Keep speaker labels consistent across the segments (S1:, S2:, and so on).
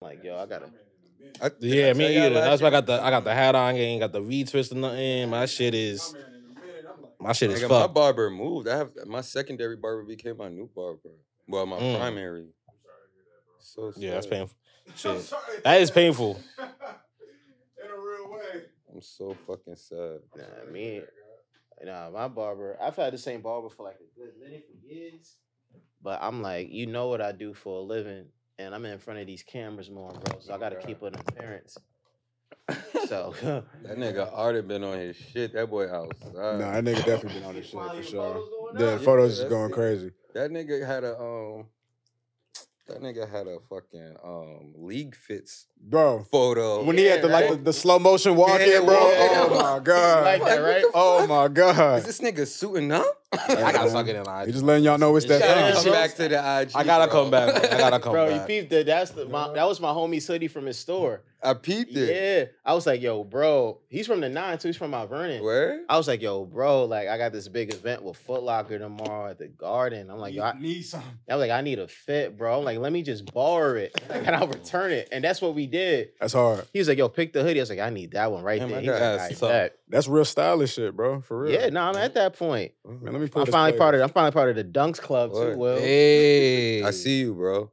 S1: like, yo, I gotta.
S2: I,
S3: Yeah,
S2: I
S3: me
S2: tell y'all
S3: either.
S2: last
S3: That's why I
S2: year?
S3: got the I got the hat on. I ain't got the V twist or nothing. My shit is my shit is
S2: Nigga, uh, my
S3: fucked.
S2: barber moved. I have my secondary barber became my new barber. Well, my
S3: Mm.
S2: primary. So
S3: Yeah, that's
S2: sad.
S3: painful.
S4: I'm
S3: Shit.
S4: sorry.
S3: That is painful.
S4: In a real way.
S2: I'm so fucking sad.
S4: I'm
S1: Nah,
S4: sorry
S1: me-
S4: to hear
S1: Nah, my barber. I've had the same barber for like a good minute for years. But I'm like, you know what I do for a living, and I'm in front of these cameras more, bro. So I gotta keep an appearance. So
S2: That nigga already been on his shit. That boy outside.
S5: Nah, that nigga definitely been on this shit
S1: While
S5: for
S1: your
S5: sure.
S1: photos going
S5: Yeah,
S1: up.
S5: photos is
S2: that's
S5: going
S2: it.
S5: crazy.
S2: That nigga had a um. That nigga had a fucking um league fits
S5: Bro,
S2: photo.
S5: when he had the like the,
S1: right?
S5: the slow motion walk
S2: Yeah,
S5: in, bro.
S2: yeah.
S5: Oh my god.
S1: Like that,
S2: what
S1: right?
S2: the
S5: oh
S2: fuck?
S5: my
S2: Is
S5: god.
S2: this nigga suiting up?
S3: I gotta
S5: man.
S3: fuck it in line.
S5: He just letting y'all know it's that
S1: Shout
S2: gotta
S1: out
S5: time.
S2: come
S1: Bro.
S2: back to the IG.
S3: I gotta
S2: bro.
S3: come back. bro. I gotta come
S1: Bro, you
S3: back.
S1: peeped that. That's the my, that was my homie's hoodie from his store.
S2: I peeped it.
S1: Yeah, I was like, yo, bro, he's from the nine too. He's from Mount Vernon.
S2: Where?
S1: I was like, yo, bro, like I got this big event with Foot Locker tomorrow at the Garden. I'm like, yo, I,
S4: need some.
S1: I was like, I need a fit, bro. I'm like, let me just borrow it and I'll return it. And that's what we did.
S5: That's hard.
S1: He was like, yo, pick the hoodie. I was like, I need that one right
S2: Man,
S1: there.
S2: my
S1: He was
S2: dad
S1: like,
S2: is
S1: "All right,
S5: That's real stylish shit, bro. For
S1: bet."
S5: real.
S1: Yeah, no, I'm at that point.
S2: Oh,
S5: Man, let me pull
S1: I'm
S5: this
S1: finally
S5: player.
S1: part of. I'm finally part of the Dunks Club
S2: Word.
S1: too. Well,
S3: Hey,
S2: I see you, bro.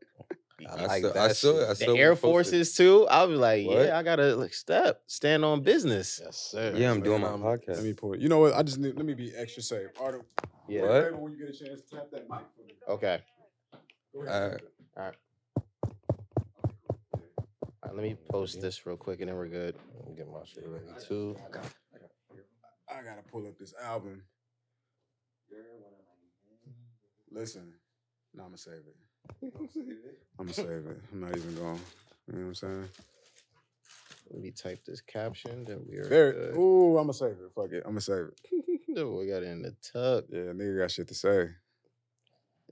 S2: I,
S3: like
S2: saw, I
S3: that
S2: saw it.
S3: shit.
S2: I
S1: the
S2: saw what
S1: Air
S2: you posted.
S1: Forces too. I was like,
S2: What?
S1: yeah, I gotta like step, stand on business.
S3: Yes, sir.
S2: Yeah, I'm doing my
S3: Um,
S2: podcast.
S5: Let me pull it. You know what? I just need, let me be extra safe. Art,
S1: Yeah.
S2: What?
S4: Favor when you get a chance, tap that mic for me.
S1: Okay.
S4: Go
S1: Uh,
S4: ahead.
S2: Alright.
S1: All right, let me post this real quick and then we're good.
S3: Let me Get my shit ready too.
S5: I gotta pull up this album. Listen, no, I'm gonna save it. I'm gonna save it. I'm not even going. You know what I'm saying?
S1: Let me type this caption. Then we are
S5: There.
S1: good.
S5: Ooh, I'm gonna save it. Fuck it. I'm gonna save it.
S1: Then we got in the tuck.
S5: Yeah, nigga got shit to say.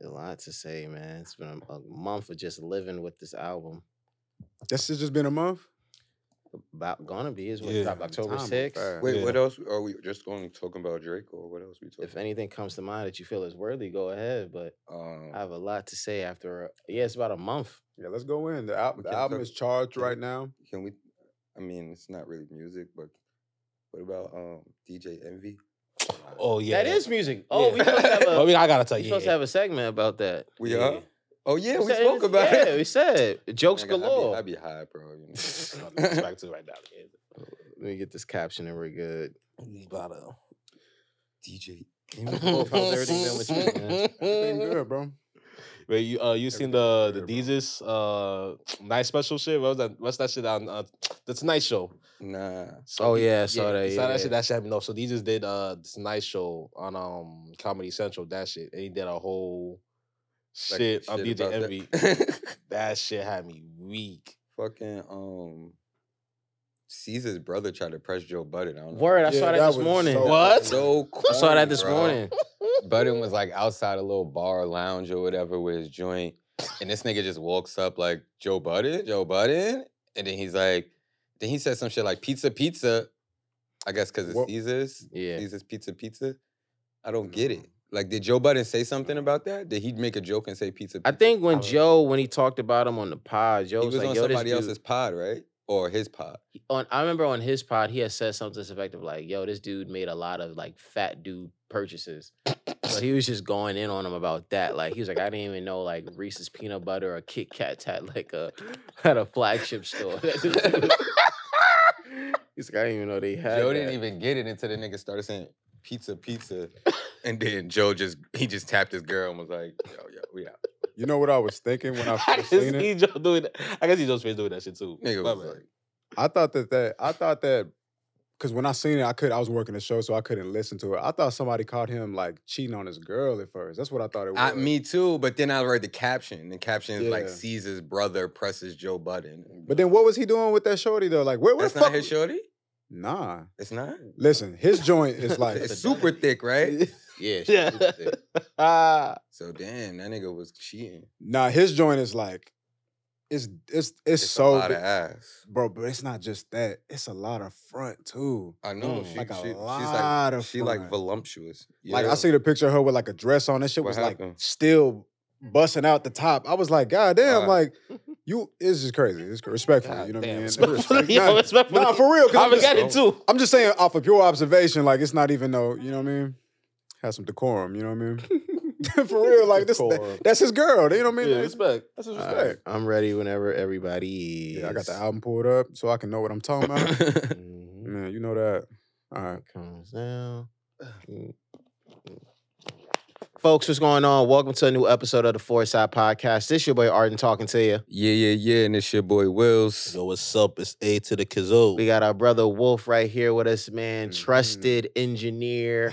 S1: A lot to say, man. It's been a, a month of just living with this album.
S5: That's just been a month.
S1: About gonna be is what
S3: Yeah.
S1: dropped October
S5: Time went
S1: 6th.
S5: fast.
S2: Wait,
S3: Yeah.
S2: what else are we just going to talk about Drake or what else we talking?
S1: If anything comes to mind that you feel is worthy, go ahead. But
S2: um,
S1: I have a lot to say after. A, yeah, it's about a month.
S5: Yeah, let's go in. The, al-
S2: We
S5: the
S2: can
S5: album
S2: talk-
S5: is charged
S2: can-
S5: right now.
S2: can we? I mean, it's not really music, but what about um DJ Envy?
S3: Oh yeah,
S1: That is music. Oh, we
S3: Yeah.
S1: supposed to have a,
S3: But we, I gotta
S1: we
S3: tell you.
S1: supposed to have a segment about that.
S2: We
S3: Yeah.
S2: are. Oh yeah, we
S1: said-
S2: spoke about
S1: yeah,
S2: it.
S1: we said jokes
S2: Nigga,
S1: galore.
S2: I be, I be high, bro. You know?
S3: back to right now.
S1: Let me get this caption and we're good.
S3: We gotta.
S2: DJ.
S1: Wolf, how's everything been with you, man?
S5: Everything good, bro.
S3: But you uh you seen
S5: Everything's
S3: the the
S5: good, bro.
S3: Deezus uh night special shit? What was that? What's that shit on uh, the Tonight Show?
S2: Nah.
S3: So
S1: Oh,
S3: he-
S1: yeah, I saw that,
S3: you
S1: yeah,
S3: Saw that shit.
S1: yeah.
S3: That shit. happened, No, so Deezus did uh this Tonight Show on um Comedy Central. That shit. And he did a whole
S2: like,
S3: shit on DJ
S2: about that.
S3: Envy. that shit had me weak.
S2: Fucking um. Caesar's brother tried to press Joe Budden. I don't know.
S1: Word, I
S5: Yeah,
S1: saw that,
S5: that
S1: this
S5: was
S1: morning.
S5: so
S3: What?
S2: So
S1: I saw
S2: corny,
S1: that this
S2: bro.
S1: morning.
S2: Budden was like outside a little bar lounge or whatever with his joint, and this nigga just walks up like Joe Budden, Joe Budden, and then he's like, then he said some shit like pizza, pizza. I guess because it's
S5: What-
S2: Caesar's,
S1: Yeah. Mm.
S2: Caesar's pizza, pizza. I don't get it. Like, did Joe Budden say something about that? Did he make a joke and say pizza?
S1: I
S2: pizza?
S1: think when
S3: Probably.
S1: Joe, when he talked about him on the pod, Joe
S2: he
S1: was,
S2: was
S1: like,
S2: on
S1: yo,
S2: somebody
S1: this dude,
S2: else's pod, right? Or his pod.
S1: on I remember on his pod he had said something to this effect of like, yo, this dude made a lot of like fat dude purchases. So he was just going in on him about that. Like he was like, I didn't even know like Reese's peanut butter or Kit Kats had like a had a flagship store. He's like, I didn't even know they had.
S2: Joe
S1: that."
S2: didn't even get it until the nigga started saying pizza, pizza, and then Joe just he just tapped his girl and was like, "Yo, yo, we out."
S5: You know what I was thinking when I
S3: I can
S5: first seen it?
S3: see Joe doing that. I can see Joe's face doing that shit too.
S2: Nigga
S3: My
S2: was
S3: bad.
S2: like,
S5: I thought that that I thought that because when I seen it, I could I was working the show, so I couldn't listen to it. I thought somebody caught him like cheating on his girl at first. That's what I thought it was.
S2: I, me too, but then I read the caption. and The caption is like
S5: Yeah.
S2: Caesar's brother presses Joe Budden.
S5: But then what was he doing with that shorty though? Like where, where
S2: that's
S5: the
S2: not
S5: fuck?
S2: his shorty.
S5: Nah,
S2: It's not.
S5: listen, his joint is like
S2: It's super thick, right?
S1: Yeah. she-
S3: Yeah. Ah.
S2: So damn, that nigga was cheating.
S5: nah, his joint is like it's it's it's,
S2: It's a
S5: so
S2: lot of
S5: big-
S2: ass.
S5: bro, but it's not just that. It's a lot of front too.
S2: I know.
S3: Mm.
S2: She,
S5: Like a
S2: she-
S5: lot
S2: she's like,
S5: of
S2: she like
S5: front.
S2: voluptuous.
S5: Like
S2: Yeah.
S5: I seen a picture of her with like a dress on. That shit
S2: What
S5: was like
S2: happened?
S5: still busting out the top. I was like, God
S2: Why?
S5: damn, like You, it's just crazy. It's respectful.
S3: Uh. God
S5: you know what I
S3: damn,
S5: mean?
S3: respectfully,
S5: Nah,
S3: yo, respectfully.
S5: Nah, for real. 'cause
S3: I
S5: I'm just,
S3: forgot it too.
S5: I'm just saying, off of pure observation, like it's not even though. You know what I mean? Has some decorum. You know what I mean? for real, like this. that-
S3: Decorum.
S5: that's his girl. You know what I mean?
S3: Yeah,
S5: Like,
S3: respect. That's what
S5: All
S3: respect.
S5: right.
S1: Uh, I'm ready whenever everybody is.
S5: yeah, I got the album pulled up so I can know what I'm talking about.
S1: Mhm.
S5: yeah, you know that. All right.
S1: comes down. Mm. Folks, what's going on? Welcome to a new episode of the Four Side Podcast. This your boy Arden talking to you.
S2: yeah, yeah, yeah. And it's your boy Wills.
S3: Yo, what's up? It's A to the Kazoo.
S1: We got our brother Wolf right here with us, man.
S5: Mhm.
S1: Trusted engineer,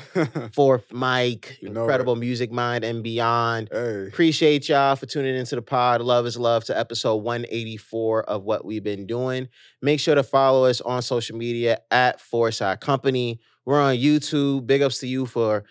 S1: fourth mic,
S5: You know it.
S1: incredible music mind and beyond.
S5: hey.
S1: Appreciate y'all for tuning into the pod. Love is love to episode 184 of what we've been doing. Make sure to follow us on social media at Foresight Company. We're on YouTube. Big ups to you for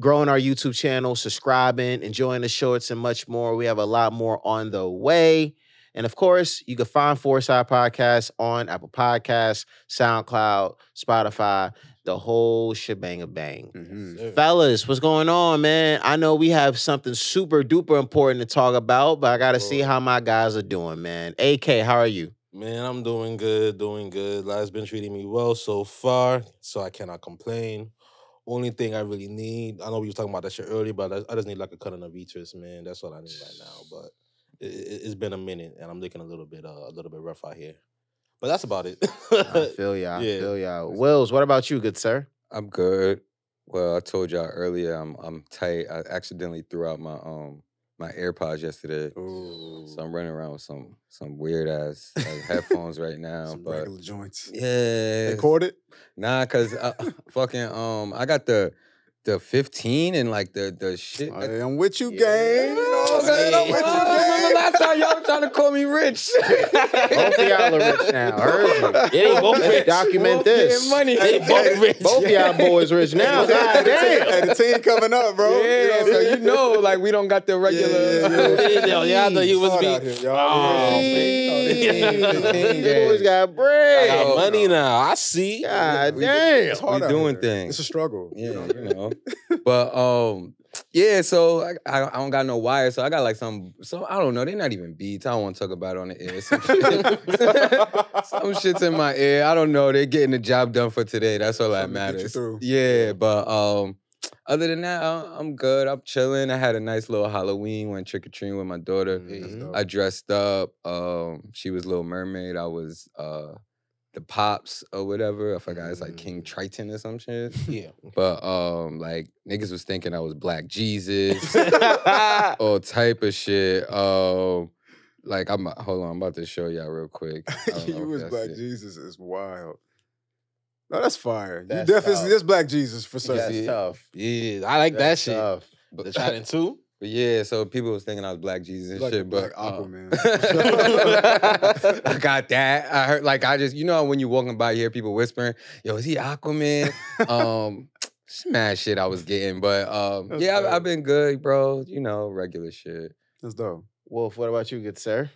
S1: growing our YouTube channel, subscribing, enjoying the shorts, and much more. We have a lot more on the way. And of course, you can find Foresight Podcast on Apple Podcasts, SoundCloud, Spotify, the whole shebang of bang.
S2: Mm-hmm.
S5: Mhm.
S1: Fellas, what's going on, man? I know we have something super duper important to talk about, but I gotta see
S3: Lord.
S1: how my guys are doing, man. AK, how are you?
S3: Man, I'm doing good, doing good. Life's been treating me well so far, so I cannot complain. Only thing I really need, I know we were talking about that shit earlier, but I, I just need like a cut on a vitris, man. That's all I need right now. But it, it, has been a minute, and I'm looking a little bit, uh, a little bit rough out here. But that's about it.
S1: I feel ya, I
S3: Yeah.
S1: feel ya. Wills, what about you, good sir?
S2: I'm good. Well, I told y'all earlier I'm I'm tight. I accidentally threw out my um my AirPods yesterday.
S5: Ooh.
S2: So I'm running around with some some weird ass like, headphones right now.
S5: Some
S2: but
S5: regular joints.
S2: yeah,
S5: Recorded?
S2: nah, cause I, fucking um I got the the 15 and like the the shit. that- Oh,
S5: Hey, I'm with you,
S1: Yeah.
S5: gang. You know what I'm saying? I'm
S2: Hey,
S5: with
S2: remember
S5: you, gang.
S2: last time y'all trying to call me rich.
S1: Both of y'all are rich now. Heard you.
S3: It ain't both
S1: Let's
S3: rich.
S1: document
S2: Both
S1: this.
S2: getting money.
S3: They both rich.
S1: Both of y'all boys rich now. God damn.
S5: Hey, the team coming up, bro. You know
S2: Yeah,
S5: what I'm
S2: so
S5: saying?
S2: you know, like we don't got the regular.
S5: yeah,
S3: Yo, y'all know you was
S5: Hard
S3: be
S5: out here, y'all.
S3: Oh,
S1: These
S2: man.
S1: boys got
S3: I
S1: bread.
S3: got
S2: Hell
S3: money
S5: no.
S3: now. I see.
S1: God
S2: We-
S1: damn.
S5: It's hard
S2: We
S5: out
S2: doing
S5: here.
S2: things.
S5: It's a struggle.
S2: Yeah,
S5: know?
S2: you know. but um, yeah. So I, I I don't got no wire, so I got like some. So I don't know. They're not even beats. I don't want to talk about it on the air. Some, shit, some shit's in my ear. I don't know. They're getting the job done for today. That's all that
S5: Something to get you
S2: matters.
S5: through.
S2: Yeah, but um. Other than that, I- I'm good. I'm chilling. I had a nice little Halloween. Went trick or treating with my daughter.
S5: That's
S1: Mhm.
S5: dope.
S2: I dressed up. Um, she was Little Mermaid. I was uh, the pops or whatever. I forgot it's like King
S1: Mm.
S2: Triton or some shit.
S3: Yeah.
S2: But um, like niggas was thinking I was Black Jesus,
S3: yeah.
S2: all type of shit. Um, like I'm hold on, I'm about to show y'all real quick. I don't know
S5: you
S2: if
S5: was
S2: y'all
S5: Black
S2: see it.
S5: Jesus is wild. No, that's fire.
S1: That's
S5: you definitely
S1: tough.
S5: this Black Jesus for certain.
S1: That's tough.
S3: I like that
S1: That's uh,
S3: shit.
S1: tough.
S3: The shot in two.
S2: But yeah, so people was thinking I was Black Jesus and
S5: Like
S2: shit.
S5: Black
S2: but uh,
S5: Aquaman.
S2: I got that. I heard like I just you know how when you walking by you hear people whispering, "Yo, is he Aquaman?" um, smash shit I was getting, but um,
S5: That's
S2: yeah,
S5: dope.
S2: I've been good, bro. You know, regular shit.
S5: That's dope.
S1: Wolf, what about you, good sir?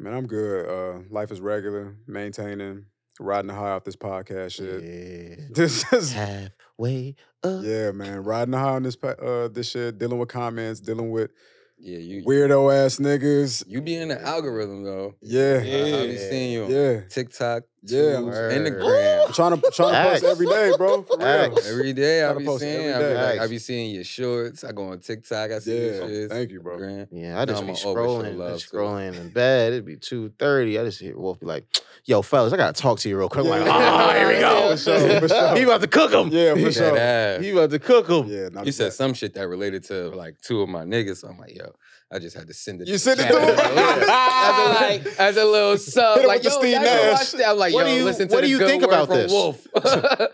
S5: Man, I'm good. Uh, life is regular, maintaining, riding high off this podcast shit.
S1: Yeah.
S5: This is
S1: Halfway up.
S5: yeah, man, riding high on this pa- uh this shit, dealing with comments, dealing with
S2: Yeah, you
S5: weirdo ass niggas.
S2: you be in the algorithm though.
S5: Yeah,
S2: Yeah, I, I be
S1: Yeah.
S2: seeing you on
S5: yeah.
S2: TikTok,
S5: Yeah,
S2: Tubes,
S1: I'm-
S2: Instagram.
S5: I'm trying to trying to
S1: Facts.
S5: post every day, bro. For real.
S1: Facts.
S2: Every day I
S5: Gotta
S2: be
S5: post
S2: seeing, I
S5: every
S2: be,
S1: day.
S2: like, I
S1: Facts.
S2: be seeing your shorts. I go on TikTok, I see
S5: Yeah,
S2: your shits.
S5: thank you, bro.
S2: Instagram.
S1: Yeah, I just be
S2: I'ma always show
S1: scrolling, I
S2: love
S1: be
S2: to it.
S1: scrolling in bed. It'd be two thirty. I just hear Wolf be like, "Yo, fellas, I gotta talk to you real quick." I'm like,
S5: Yeah.
S1: oh, here we go.
S5: Yeah, for sure, for sure.
S1: He about to cook him.
S5: Yeah, for
S2: That
S5: sure.
S2: ass.
S1: He about to cook him.
S5: Yeah, nah,
S2: You said
S5: that-
S2: some shit that related to like two of my niggas. So I'm like, yo, I just had to send it.
S5: You
S2: the
S5: sent it
S2: chat.
S5: to him?
S2: as, a, like, as a little sub,
S5: Hit him
S2: like
S5: with the
S2: yo,
S5: Steve
S2: y'all
S5: Nash.
S2: gonna watch that? I'm like,
S1: What
S2: yo,
S1: do you-
S2: listen to
S1: what
S2: the
S1: do you
S2: good
S1: think
S2: word
S1: about
S2: from
S1: this?
S2: Wolf.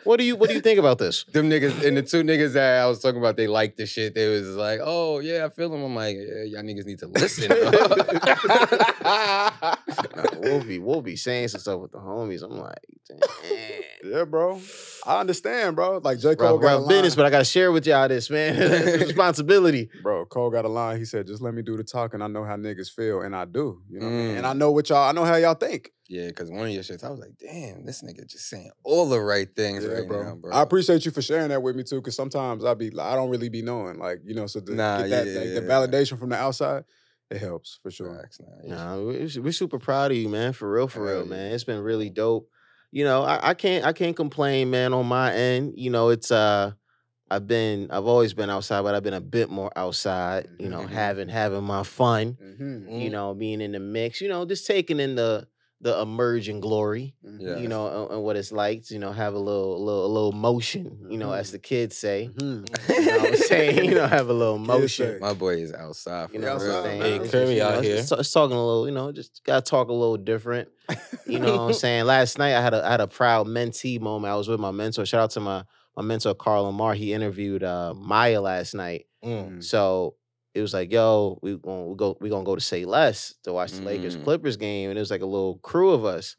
S1: What do you What do you think about this?
S2: them niggas and the two niggas that I was talking about, they liked the shit. They was like, "Oh yeah, I feel them." I'm like, yeah, "Y'all niggas need to listen."
S1: Nah, Wolf be Wolf be saying some stuff with the homies. I'm like, damn.
S5: Yeah, bro. I understand, bro. Like J. Cole
S1: Rough,
S5: got a
S1: rough
S5: line.
S1: business, but I gotta share with y'all this, man. It's a responsibility.
S5: Bro, Cole got a line. He said, just let me do the talking. I know how niggas feel, and I do. You know what I mean?
S2: Mm.
S5: And I know what y'all, I know how y'all think.
S2: yeah, because one of your shits, I was like, "Damn, this nigga just saying all the right things right now, bro."
S5: I appreciate you for sharing that with me too, because sometimes I be like, I don't really be knowing. Like, you know, so to
S2: Nah,
S5: get that
S2: yeah,
S5: like,
S2: yeah,
S5: the
S2: yeah.
S5: validation from the outside, It helps for sure.
S2: Facts, nah, yeah.
S1: Nah, we're, we're super proud of you, man. For real, for
S2: Hell
S1: real,
S2: yeah.
S1: man. It's been really dope. You know, I, I can't I can't complain, man. On my end, you know, it's uh, I've been I've always been outside, but I've been a bit more outside. You know,
S2: Mhm.
S1: having having my fun.
S5: Mm-hmm.
S1: You
S3: Mm.
S1: know, being in the mix. You know, just taking in the the emerging glory.
S2: Yeah.
S1: You know, and, and what it's like. To, you know, have a little a little a little motion. You know,
S2: Mm-hmm.
S1: as the kids say. You know what I'm saying? You know, have a little motion.
S5: say.
S2: My boy is outside. For
S1: You know what
S2: real.
S1: I'm
S5: outside,
S1: saying?
S5: man.
S1: It's just,
S3: Curry
S1: you know,
S3: out
S1: it's-
S3: here.
S1: It's, it's talking a little, you know, just gotta talk a little different. You know what I'm saying? Last night I had a I had a proud mentee moment. I was with my mentor. Shout out to my my mentor Carl Lamar. He interviewed uh, Maya last night.
S3: Mm.
S1: So it was like, yo, we gonna we go we gonna go to say less to watch the Lakers
S2: Mm.
S1: Clippers game, and it was like a little crew of us.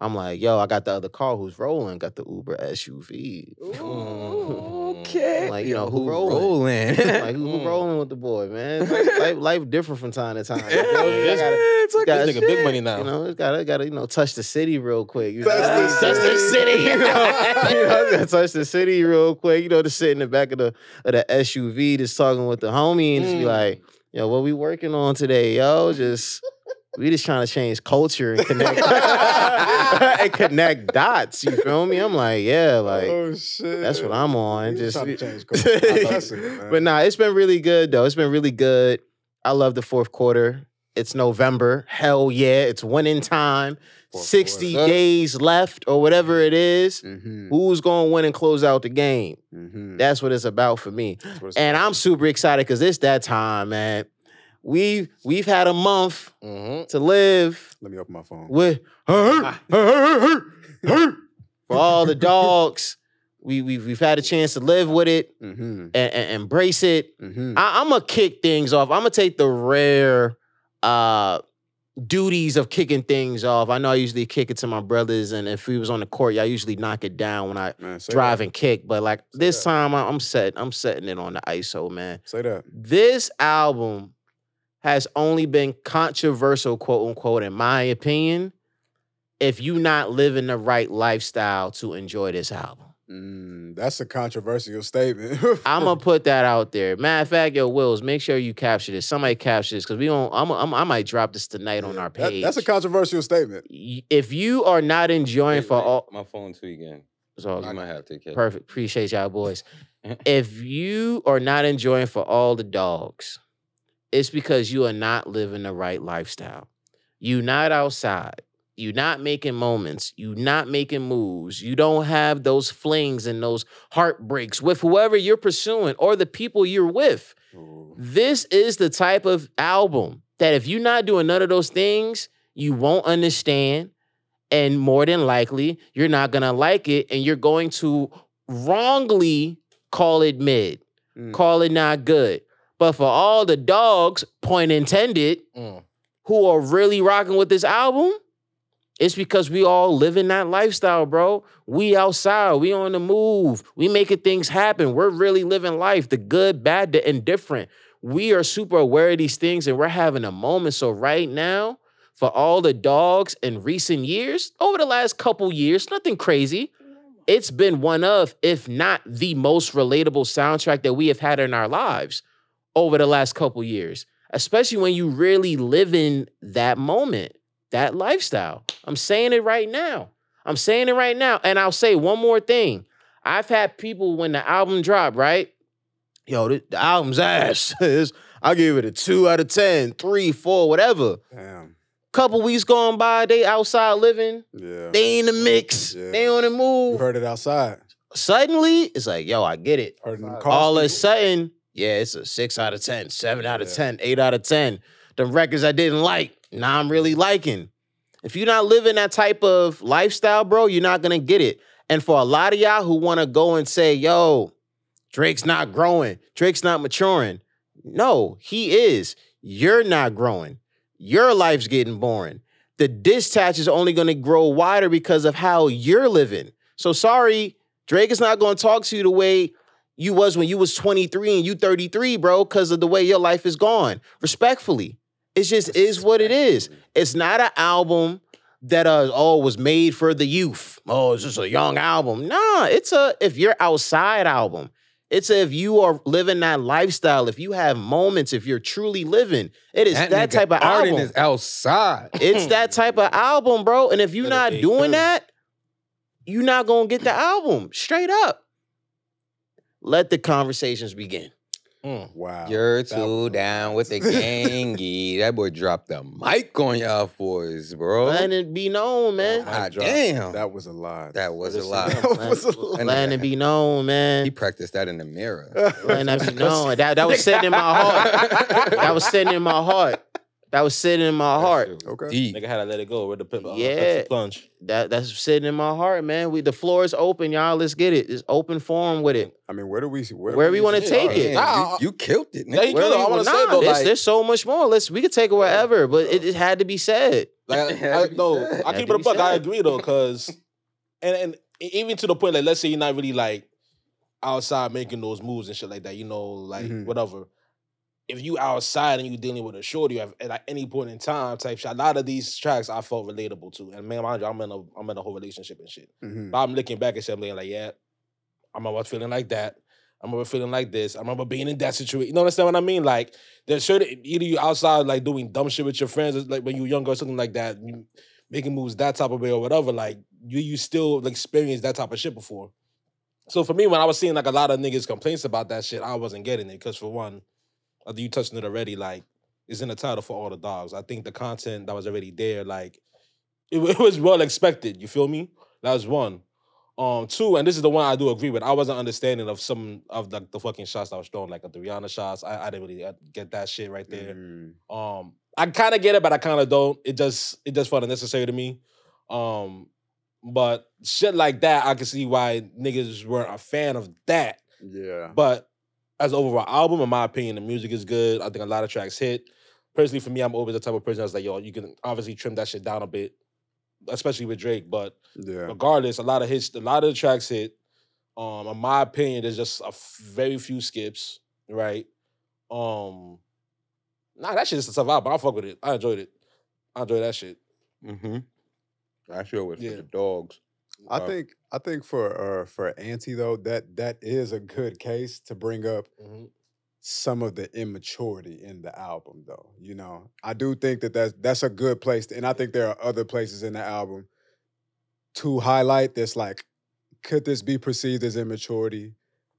S1: I'm like, yo, I got the other car who's rolling, got the Uber SUV.
S3: Mm.
S2: okay.
S1: Like, you know, who
S2: rolling?
S1: like who, who
S3: Mm.
S1: rolling with the boy, man? Life, life, life different from time to time. You know, you
S3: this-
S1: gotta-
S2: it's like
S1: gotta-
S3: This nigga big money now.
S1: You know, it's gotta gotta you know touch the city real quick. You
S5: Touch
S1: know?
S5: the city.
S1: you know, you know, gotta touch the city real quick. You know, to sit in the back of the of the SUV, just talking with the homie, and just be
S3: Mm.
S1: like, "Yo, what we working on today, yo? Just we just trying to change culture and connect and connect dots. You feel me? I'm like, yeah, like
S5: oh shit.
S1: that's what I'm on.
S5: You
S1: Just
S5: trying to change culture. I love it, man.
S1: but nah, it's been really good though. It's been really good. I love the fourth quarter. It's November. Hell yeah, it's winning time.
S5: Fourth
S1: Sixty
S3: quarter. Mm-hmm.
S1: days left or whatever it is.
S5: Mhm,
S1: Who's gonna win and close out the game?
S5: mhm.
S1: That's what it's about for me.
S5: That's what it's
S1: And
S5: about.
S1: I'm super excited because it's that time, man. We we've had a month
S3: Mm-hmm.
S1: to live
S5: Let me open my phone.
S1: with for all the dogs. We we we've had a chance to live with it
S5: Mm-hmm.
S1: and- and embrace it.
S5: Mm-hmm.
S1: I, I'm gonna kick things off. I'm gonna take the rare uh duties of kicking things off. I know I usually kick it to my brothers, and if we was on the court, I usually knock it down when I
S5: Man, say
S1: drive and kick. But like
S5: Say
S1: this
S5: that.
S1: time, I- I'm set. I'm setting it on the ISO, man.
S5: That. Say that.
S1: This album has only been controversial, quote unquote, in my opinion. If you not living the right lifestyle to enjoy this album.
S5: Mm, that's a controversial statement.
S1: I'm gonna put that out there. Matter of fact, yo, Wills, make sure you capture this. Somebody capture this because we don't. I'm, I'm, I might drop this tonight on our
S5: That-
S1: page.
S5: that's a controversial statement.
S1: Y- if you are not enjoying for all,
S2: my phone's tweaking.
S1: so,
S2: I might have to catch.
S1: perfect. Appreciate y'all, boys. if you are not enjoying for all the dogs, it's because you are not living the right lifestyle. You not outside. You not making moments. You not making moves. You don't have those flings and those heartbreaks with whoever you're pursuing or the people you're with. This is the type of album that if you're not doing none of those things, you won't understand. And more than likely, you're not gonna like it, and you're going to wrongly call it mid,
S5: Mm.
S1: call it not good. But for all the dogs, point intended,
S3: Mm.
S1: who are really rocking with this album, it's because we all living that lifestyle, bro. We outside, we on the move, we making things happen. We're really living life, the good, bad, the indifferent. We are super aware of these things and we're having a moment. So right now, for all the dogs in recent years, over the last couple years, nothing crazy. It's been one of, if not the most relatable soundtrack that we have had in our lives over the last couple years especially when you really live in that moment, that lifestyle. I'm saying it right now. I'm saying it right now. And I'll say one more thing. I've had people when the album dropped, right? Yo, the, the album's ass. It's- I give it a two out of ten, three, four, whatever.
S5: Damn.
S1: Couple weeks gone by, they outside living.
S5: Yeah.
S1: They in the mix. They
S5: Yeah.
S1: on the
S5: you
S1: move.
S5: heard it outside.
S1: Suddenly, it's like, yo, I get it
S5: Heard it in the car.
S1: all of a sudden, yeah, it's a six out of ten, seven out of
S5: Yeah.
S1: ten, eight out of 10. The records I didn't like, now I'm really liking. If you're not living that type of lifestyle, bro, you're not gonna get it. And for a lot of y'all who wanna go and say, yo, Drake's not growing, Drake's not maturing. No, he is. You're not growing. Your life's getting boring. The dispatch is only gonna grow wider because of how you're living. So sorry, Drake is not gonna talk to you the way you was when you was 23 and you 33, bro, because of the way your life is gone. Respectfully. It just is what it is. It's not an album that uh oh was made for the youth. Oh, it's just a young album. Nah, it's a if you're outside album. It's if you are living that lifestyle, if you have moments, if you're truly living. It is that,
S2: nigga
S1: type of
S2: Arden
S1: album.
S2: is outside.
S1: It's that type of album, bro. And if you're
S3: Better
S1: not
S3: pay
S1: doing
S3: attention.
S1: that, you're not gonna get the album straight up. Let the conversations begin.
S3: Mm.
S5: Oh, Wow.
S2: You're
S5: That was
S2: too
S5: a-
S2: down with the gangy. that boy dropped the mic on y'all boys, bro.
S1: Let it be known, man.
S3: Wow.
S2: God
S3: Mic drop.
S2: damn. That,
S5: That was a lot.
S2: was a
S3: Listen,
S2: lot.
S3: that
S1: Let-
S5: was a lot.
S1: Let it be known,
S2: He
S1: man.
S2: practiced that in the mirror.
S1: Let that be known. That, that was sitting in my heart. That was sitting in my heart. That was sitting in my heart.
S5: Okay.
S2: Deep.
S3: Nigga had to let it go. Where the pimp? Uh,
S1: Yeah.
S3: yeah, plunge.
S1: That that's sitting in my heart, man. We the floor is open, y'all. Let's get it. It's open forum with it.
S5: I mean, where do we where,
S1: Where
S5: do
S1: we wanna
S5: see-
S1: take
S5: Oh,
S1: it.
S5: yeah.
S2: Nah,
S3: Nah,
S2: you, you killed it,
S3: yeah,
S2: nigga.
S3: you killed it. I
S1: Well,
S3: want to
S1: nah,
S3: say though,
S1: there's,
S3: like,
S1: there's so much more. Let's we could take it wherever, but it, it had to be said.
S3: Like,
S2: Yeah,
S3: I,
S2: to be
S3: no,
S2: said.
S3: I
S1: Had
S3: keep
S1: to
S3: it a
S1: be
S3: buck. I
S1: said.
S3: agree though, because and and even to the point like, let's say you're not really like outside making those moves and shit like that. You know, like
S2: Mm-hmm.
S5: Mhm.
S3: whatever. If you outside and you dealing with a shorty at, at like, any point in time type shit, a lot of these tracks I felt relatable to. And man, mind you, I'm in a I'm in a whole relationship and shit.
S5: Mhm.
S3: But I'm looking back and shit, I'm looking like, yeah, I remember feeling like that. I remember feeling like this. I remember being in that situation. You know, understand what I mean? Like, there's certain e, either you outside like doing dumb shit with your friends, it's like when you were younger or something like that, you making moves that type of way or whatever. Like, you you still like, experienced that type of shit before. So for me, when I was seeing like a lot of niggas complaints about that shit, I wasn't getting it because for one, I think you touched on it already. Like, it's in the title for all the dogs. I think the content that was already there, like, it, wa- it was well expected. You feel me? That was one. Um, two, and this is the one I do agree with. I wasn't understanding of some of the, the fucking shots that was thrown, like the Rihanna shots. I, I didn't really uh, get that shit right there.
S5: Mm.
S3: Um, I kind of get it, but I kind of don't. It just it just felt unnecessary to me. Um, but shit like that, I can see why niggas weren't a fan of that.
S5: Yeah.
S3: But as an overall album, in my opinion, the music is good. I think a lot of tracks hit. Personally, for me, I'm always the type of person that's like, yo, you can obviously trim that shit down a bit, especially with Drake. But
S5: Yeah.
S3: regardless, a lot of hits, a lot of the tracks hit. Um, in my opinion, there's just a f- very few skips, right? Um, nah, that shit is a tough album. I fuck with it. I enjoyed it. I enjoyed that shit.
S2: Mm-hmm. I sure was
S3: Yeah.
S2: for the dogs.
S5: I
S2: Wow.
S5: think I think for uh, for Auntie though that that is a good case to bring up
S1: Mm-hmm.
S5: some of the immaturity in the album though you know i do think that that's, that's a good place to- and i think there are other places in the album to highlight this like could this be perceived as immaturity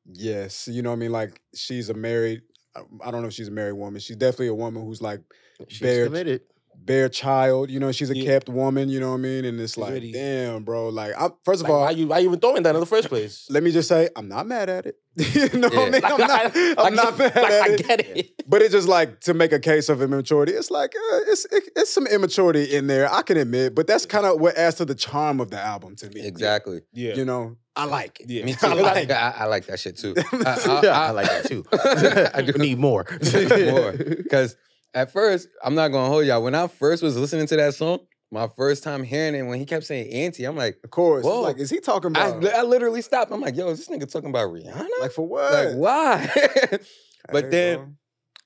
S5: yes you know what i mean like she's a married i I don't know if she's a married woman she's definitely a woman who's like
S1: She's
S5: Bare-
S1: committed.
S5: bare child you know she's a
S3: Yeah.
S5: kept woman you know what i mean and it's
S3: She's
S5: like
S3: really-
S5: damn bro like I, first of
S3: Like,
S5: all
S3: why you why you even throwing that in the first place?
S5: let me just say i'm not mad at it you know what
S2: Yeah.
S5: i mean i'm not, I'm
S3: Like,
S5: not mad
S3: like,
S5: at it
S3: I get it.
S5: but it's just like to make a case of immaturity. It's like uh, it's it, it's some immaturity in there. I can admit, but that's kind of what adds to the charm of the album to me.
S2: Exactly.
S3: Yeah.
S5: You know, I like it.
S3: yeah.
S2: Me too. I
S5: like-
S2: like, I, I like that shit too. I,
S5: Yeah,
S1: I like that too.
S2: I do.
S1: We need more.
S2: More. Because at first, I'm not gonna hold y'all. When I first was listening to that song, my first time hearing it, when he kept saying "auntie," I'm like,
S5: Of course. It's
S2: Whoa.
S5: Like, is he talking
S2: I,
S5: about
S2: I literally stopped. I'm like, "Yo, is this nigga talking about Rihanna?
S5: like for what?
S2: Like, why?" but
S5: Hey,
S2: then-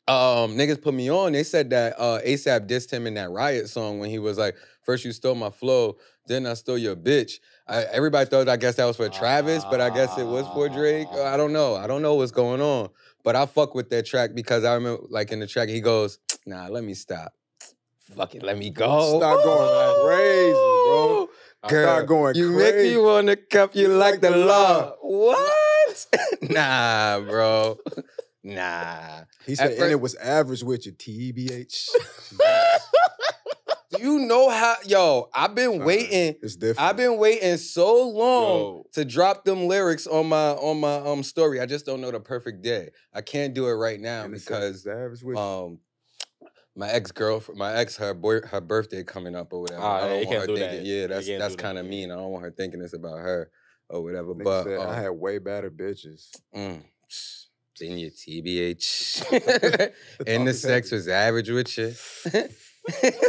S5: bro.
S2: um, niggas put me on. They said that uh, ASAP dissed him in that Riot song when he was like, first you stole my flow, then I stole your bitch." I, everybody thought I guess that was for Travis, but I guess it was for Drake. Uh,
S5: Ah.
S2: I don't know. I don't know what's going on. But I fuck with that track because I remember, like in the track, he goes, "Nah, let me stop. Fuck it, let me go.
S5: Stop going like crazy, bro.
S2: Ooh,
S5: Girl,
S2: Girl,
S5: Start going
S2: you
S5: crazy.
S2: make me wanna cup you
S5: You
S2: like
S5: like
S2: the
S5: the
S2: law. What? nah, bro. Nah.
S5: He said,
S2: at
S5: and
S2: first-
S5: it was average with your TBH.
S2: you know how yo, I've been
S5: Sorry.
S2: waiting.
S5: It's different.
S2: I've been waiting so long
S3: Yo.
S2: to drop them lyrics on my on my um story. I just don't know the perfect day. I can't do it right now
S5: And it said
S2: because
S5: it's average with
S2: um my ex girlfriend, my ex, her boy, her birthday coming up or whatever.
S3: Ah,
S2: I
S3: yeah,
S2: don't
S3: you
S2: want
S3: can't
S2: her
S3: do
S2: thinking,
S3: that.
S2: yeah,
S3: You
S2: that's
S3: can't
S2: that's
S3: do that,
S2: kind of
S3: yeah.
S2: mean. I don't want her thinking it's about her or whatever.
S5: Nigga
S2: but
S5: said, I
S2: um,
S5: had way better bitches.
S2: mm, then your TBH, and the
S5: Talking
S2: sex
S5: crazy.
S2: was average with you.
S5: Damn,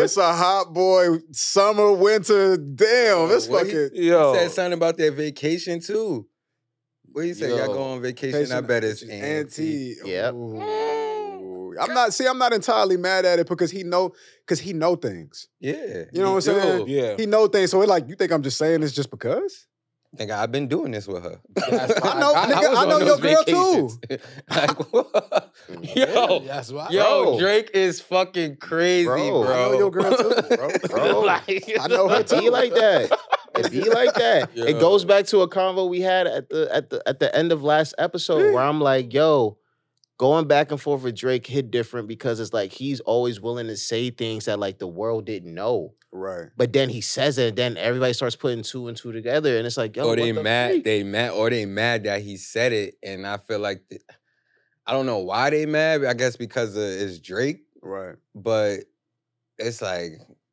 S5: it's a hot boy summer, winter. Damn, it's
S2: What he-
S5: fucking.
S2: He
S3: Yo.
S5: Oh.
S2: said something about that vacation too. What you say? Y'all go
S3: Yo.
S2: on vacation? I bet it's auntie.
S5: anti.
S1: Yep.
S5: I'm not. See, I'm not entirely mad at it because he know, because he know things.
S2: Yeah,
S5: You know what I'm saying?
S2: do.
S3: Yeah.
S5: He know things, so it like you think I'm just saying this just because?
S2: Nigga, I've been doing this with her.
S5: That's why I know- nigga, I
S2: was
S5: know
S2: on
S5: your
S2: those
S5: girl too.
S2: vacations. like, what? yo,
S3: that's why.
S2: yo,
S5: Bro.
S2: Drake is fucking crazy, bro.
S1: Bro,
S5: I know your girl too, bro.
S2: Bro,
S5: I know her
S1: It be
S5: too.
S1: like that. It be like that. It goes back to a convo we had at the at the at the end of last
S2: Mm.
S1: episode where I'm like, yo, going back and forth with Drake hit different because it's like he's always willing to say things that like the world didn't know.
S5: Right.
S1: But then he says it, and then everybody starts putting two and two together, and it's like, yo,
S2: or
S1: what
S2: Oh, they
S1: the
S2: mad,
S1: freak?
S2: they mad, or they mad that he said it, and I feel like th- I don't know why they mad. I guess because of, it's Drake,
S5: Right.
S2: but it's like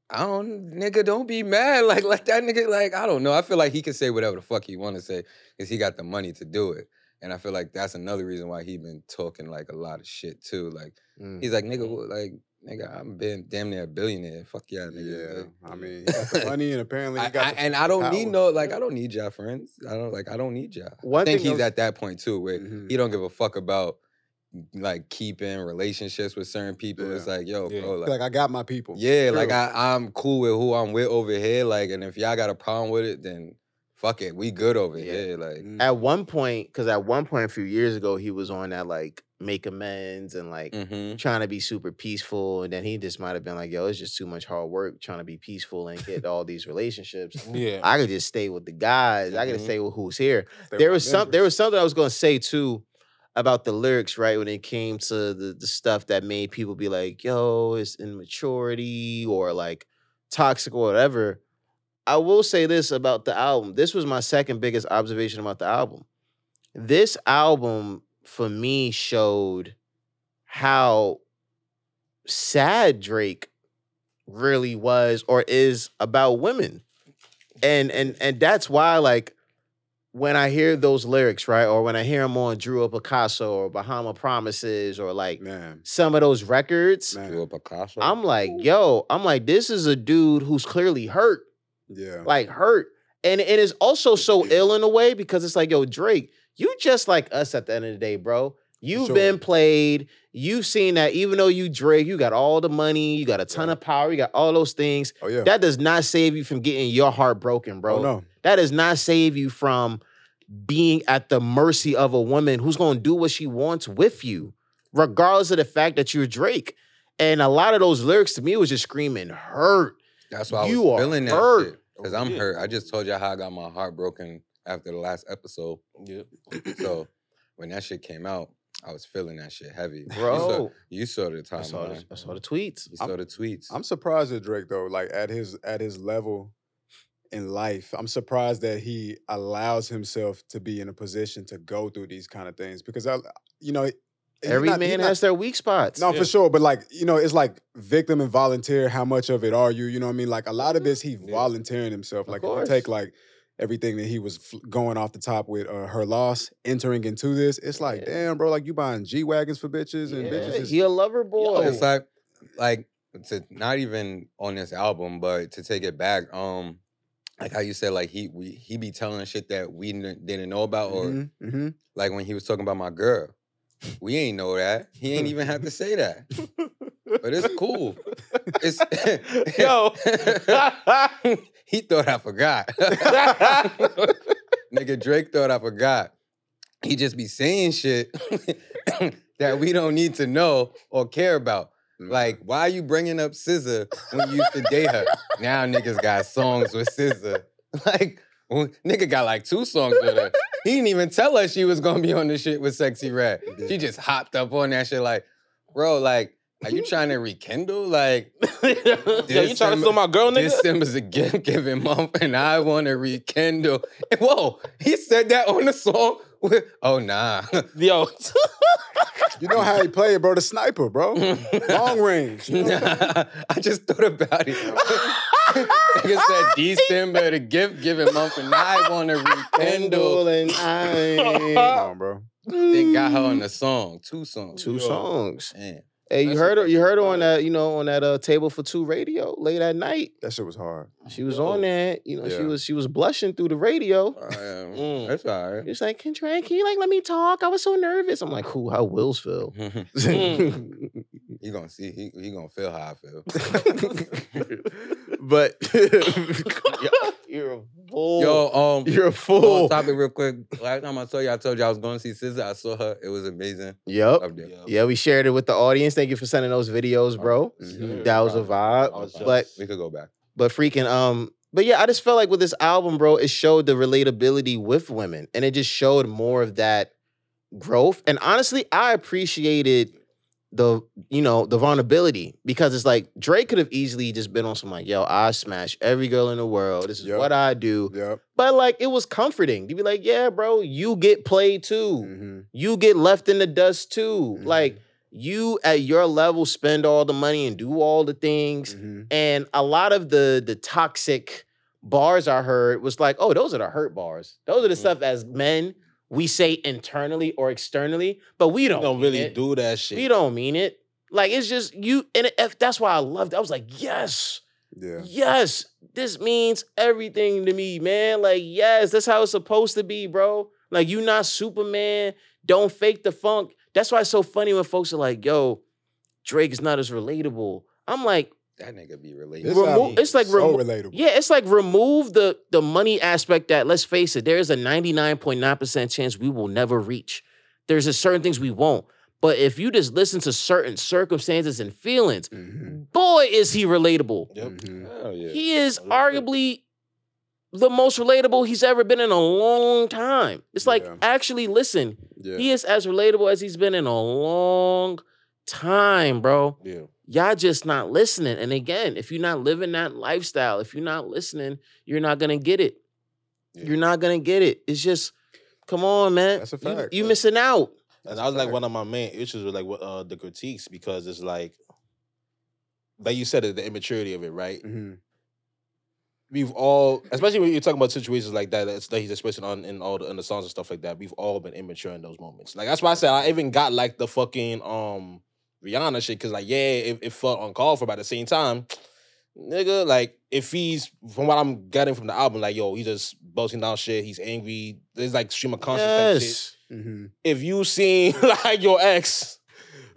S2: I don't, nigga, don't be mad. Like, let that nigga, like, I don't know. I feel like he can say whatever the fuck he want to say, cause he got the money to do it. And I feel like that's another reason why he been talking like a lot of shit too. Like,
S1: Mm.
S2: he's like, nigga, what- like, nigga, I'm been damn near a billionaire. Fuck yeah, nigga.
S5: Yeah.
S2: like,
S5: I mean, he got the money and apparently
S2: I,
S5: he got
S2: I-
S5: the
S2: and I don't need
S5: power.
S2: no like I don't need y'all friends. I don't like I don't need y'all. I
S1: One
S2: think
S1: thing I
S2: he's
S1: was-
S2: at that point too where
S5: Mhm.
S2: he don't give a fuck about like keeping relationships with certain people. It's like yo,
S3: Yeah.
S2: bro, like,
S5: like I got my people.
S2: yeah, like
S5: True.
S2: I I'm cool with who I'm with over here. Like, and if y'all got a problem with it, then fuck it, we good over
S1: Yeah.
S2: here. Like,
S5: Mm.
S1: at one point, because at one point a few years ago, he was on that like make amends and like
S2: mhm.
S1: trying to be super peaceful. And then he just might have been like, yo, it's just too much hard work trying to be peaceful and get all these relationships.
S3: Yeah.
S1: I could just stay with the guys. I could
S2: Mhm.
S1: just stay with who's here.
S5: They
S1: there
S5: were
S1: was some there
S5: members.
S1: was something I was gonna say too about the lyrics, right? When it came to the, the stuff that made people be like, yo, it's immaturity or like toxic or whatever. I will say this about the album. This was my second biggest observation about the album. This album for me showed how sad Drake really was or is about women. And and and that's why like when I hear those lyrics, right? Or when I hear them on Drew or Picasso or Bahama Promises or like
S5: man.
S1: some of those records,
S5: Man.
S2: Do a Picasso.
S1: I'm like, yo, I'm like, this is a dude who's clearly hurt,
S5: Yeah.
S1: like hurt. And and it's also so ill in a way because it's like, yo, Drake, you just like us at the end of the day, bro. You've
S5: sure.
S1: been played. You've seen that even though you Drake, you got all the money, you got a ton of power, you got all those things.
S5: oh yeah.
S1: That does not save you from getting your heart broken, bro.
S5: oh no.
S1: That does not save you from being at the mercy of a woman who's going to do what she wants with you, regardless of the fact that you're Drake. And a lot of those lyrics to me was just screaming hurt.
S2: That's why I
S1: You
S2: was
S1: are
S2: feeling that
S1: hurt.
S2: shit. Cause I'm
S3: Yeah.
S2: hurt. I just told y'all how I got my heart broken after the last episode.
S3: Yeah.
S2: So when that shit came out, I was feeling that shit heavy. You saw-
S1: Bro,
S2: you saw, the
S1: I saw,
S2: timeline.
S1: the, I saw the tweets.
S2: You
S5: I'm-
S2: saw the tweets.
S5: I'm surprised at Drake though. Like at his at his level in life, I'm surprised that he allows himself to be in a position to go through these kind of things because I, you know, he's
S1: Every
S5: not- he's
S1: man
S5: not-
S1: has their weak spots.
S5: No,
S3: Yeah.
S5: for sure. But like, you know, it's like victim and volunteer. How much of it are you? You know what I mean? Like a lot of this, he
S3: Yeah.
S5: volunteering himself.
S1: Mm-hmm. Of
S5: Like if you
S1: course.
S5: take like everything that he was fl- going off the top with uh, her loss, entering into this. It's like,
S1: Yeah.
S5: damn, bro. Like you buying G wagons for bitches and
S1: Yeah,
S5: bitches. Is,
S1: he a lover boy.
S2: it's like, like to not even on this album, but to take it back, um, like how you said, like he we, he be telling shit that we didn't didn't know about, or
S5: Mhm, mhm.
S2: like when he was talking about my girl, we ain't know that. He ain't even have to say that, but it's cool. It's
S1: Yo.
S2: he thought I forgot. Nigga Drake thought I forgot. He just be saying shit that we don't need to know or care about. Like, why you bringing up Scissor when you used to date her? Now niggas got songs with Scissor. Like, well, nigga got like two songs with her. He didn't even tell us she was gonna be on the shit with Sexy Red. She just hopped up on that shit like, bro, like, are you trying to rekindle? Like,
S3: Yo, you trying to steal my girl, nigga?
S2: December's a gift giving month, and I want to rekindle. Whoa, he said that on the song. with- oh nah,
S3: Yo.
S5: you know how he played, bro. The sniper, bro. Long range. you know?
S2: Nah, I just thought about it. Nigga said December the gift giving month, and I want to rekindle.
S1: and I.
S5: Come on, bro.
S2: They got her on the song, two songs.
S1: Two
S3: Yo.
S1: songs.
S2: Man,
S1: Hey, you
S3: That's
S1: heard
S3: a-
S1: her. You heard her on that. You know, on that uh, table for two radio late at night.
S5: That shit was hard.
S1: She was
S3: Yo.
S1: on that. You know, she
S5: Yeah.
S1: was she was blushing through the radio.
S2: I, um,
S3: Mm.
S2: that's all right.
S1: It's like, can Trey, can you like let me talk? I was so nervous. I'm like, who? How Will's feel? Mm.
S2: he gonna see. He, he gonna feel how I feel.
S1: but you're a fool.
S2: Yo, um,
S1: You're a
S2: go
S1: fool.
S2: on topic real quick. Last time I saw you, I told you I was going to see Scissor. I saw her. It was amazing.
S1: Yep.
S2: Loved it.
S1: Yeah, we shared it with the audience. Thank you for sending those videos, bro.
S2: Mhm.
S1: That was a vibe.
S3: I was just,
S1: but-
S2: We could go back.
S1: But freaking um but yeah, I just felt like with this album, bro, it showed the relatability with women and it just showed more of that growth. And honestly, I appreciated the you know the vulnerability because it's like Drake could have easily just been on some like, yo, I smash every girl in the world. This is
S5: Yup.
S1: what I do.
S5: Yep.
S1: But like it was comforting. You'd be like, yeah, bro, you get played too
S5: hmm
S1: you get left in the dust too.
S5: Mhm.
S1: Like you at your level spend all the money and do all the things.
S5: Mm-hmm.
S1: And a lot of the the toxic bars I heard was like, oh, those are the hurt bars. Those are the
S3: Mhm.
S1: stuff as men we say internally or externally, but we
S3: You
S1: don't,
S3: don't
S1: mean
S3: really
S1: it.
S3: do that shit.
S1: We don't mean it. Like it's just you, and if, that's why I loved. It. I was like, yes,
S5: Yeah.
S1: yes, this means everything to me, man. Like, yes, that's how it's supposed to be, bro. Like, you not Superman. Don't fake the funk. That's why it's so funny when folks are like, yo, Drake is not as relatable. I'm like,
S2: That nigga be related.
S5: This
S1: Remo-
S5: album
S1: it's like
S5: so
S1: remo-
S5: relatable.
S1: yeah, it's like remove the the money aspect that let's face it, there is a 99.9% chance we will never reach. There's a certain things we won't. But if you just listen to certain circumstances and feelings,
S5: Mhm,
S1: boy, is he relatable.
S3: Yep.
S5: mhm.
S2: Hell yeah.
S1: He is
S3: I love it.
S1: arguably the most relatable he's ever been in a long time. It's like
S5: Yeah.
S1: actually listen,
S5: Yeah.
S1: he is as relatable as he's been in a long time, bro.
S3: Yeah.
S1: Y'all just not listening. And again, if you're not living that lifestyle, if you're not listening, you're not gonna get it.
S3: Yeah.
S1: You're not gonna get it. It's just come on, man.
S5: That's a
S1: You-
S5: fact.
S1: You, missing out.
S3: And that was like
S5: fair.
S3: one of my main issues with like what, uh, the critiques because it's like, like you said, it, the immaturity of it, right?
S5: Mhm.
S3: We've all, especially when you're talking about situations like that, that's that he's expressing on in all the, in the songs and stuff like that. We've all been immature in those moments. Like that's why I said I even got like the fucking um Rihanna shit because like yeah, it, it felt uncalled for, but at the same time. Nigga, like if he's from what I'm getting from the album, like yo, he's just busting down shit. He's angry. There's like stream of consciousness type shit
S1: Yes.
S5: Mhm.
S3: if you seen like your ex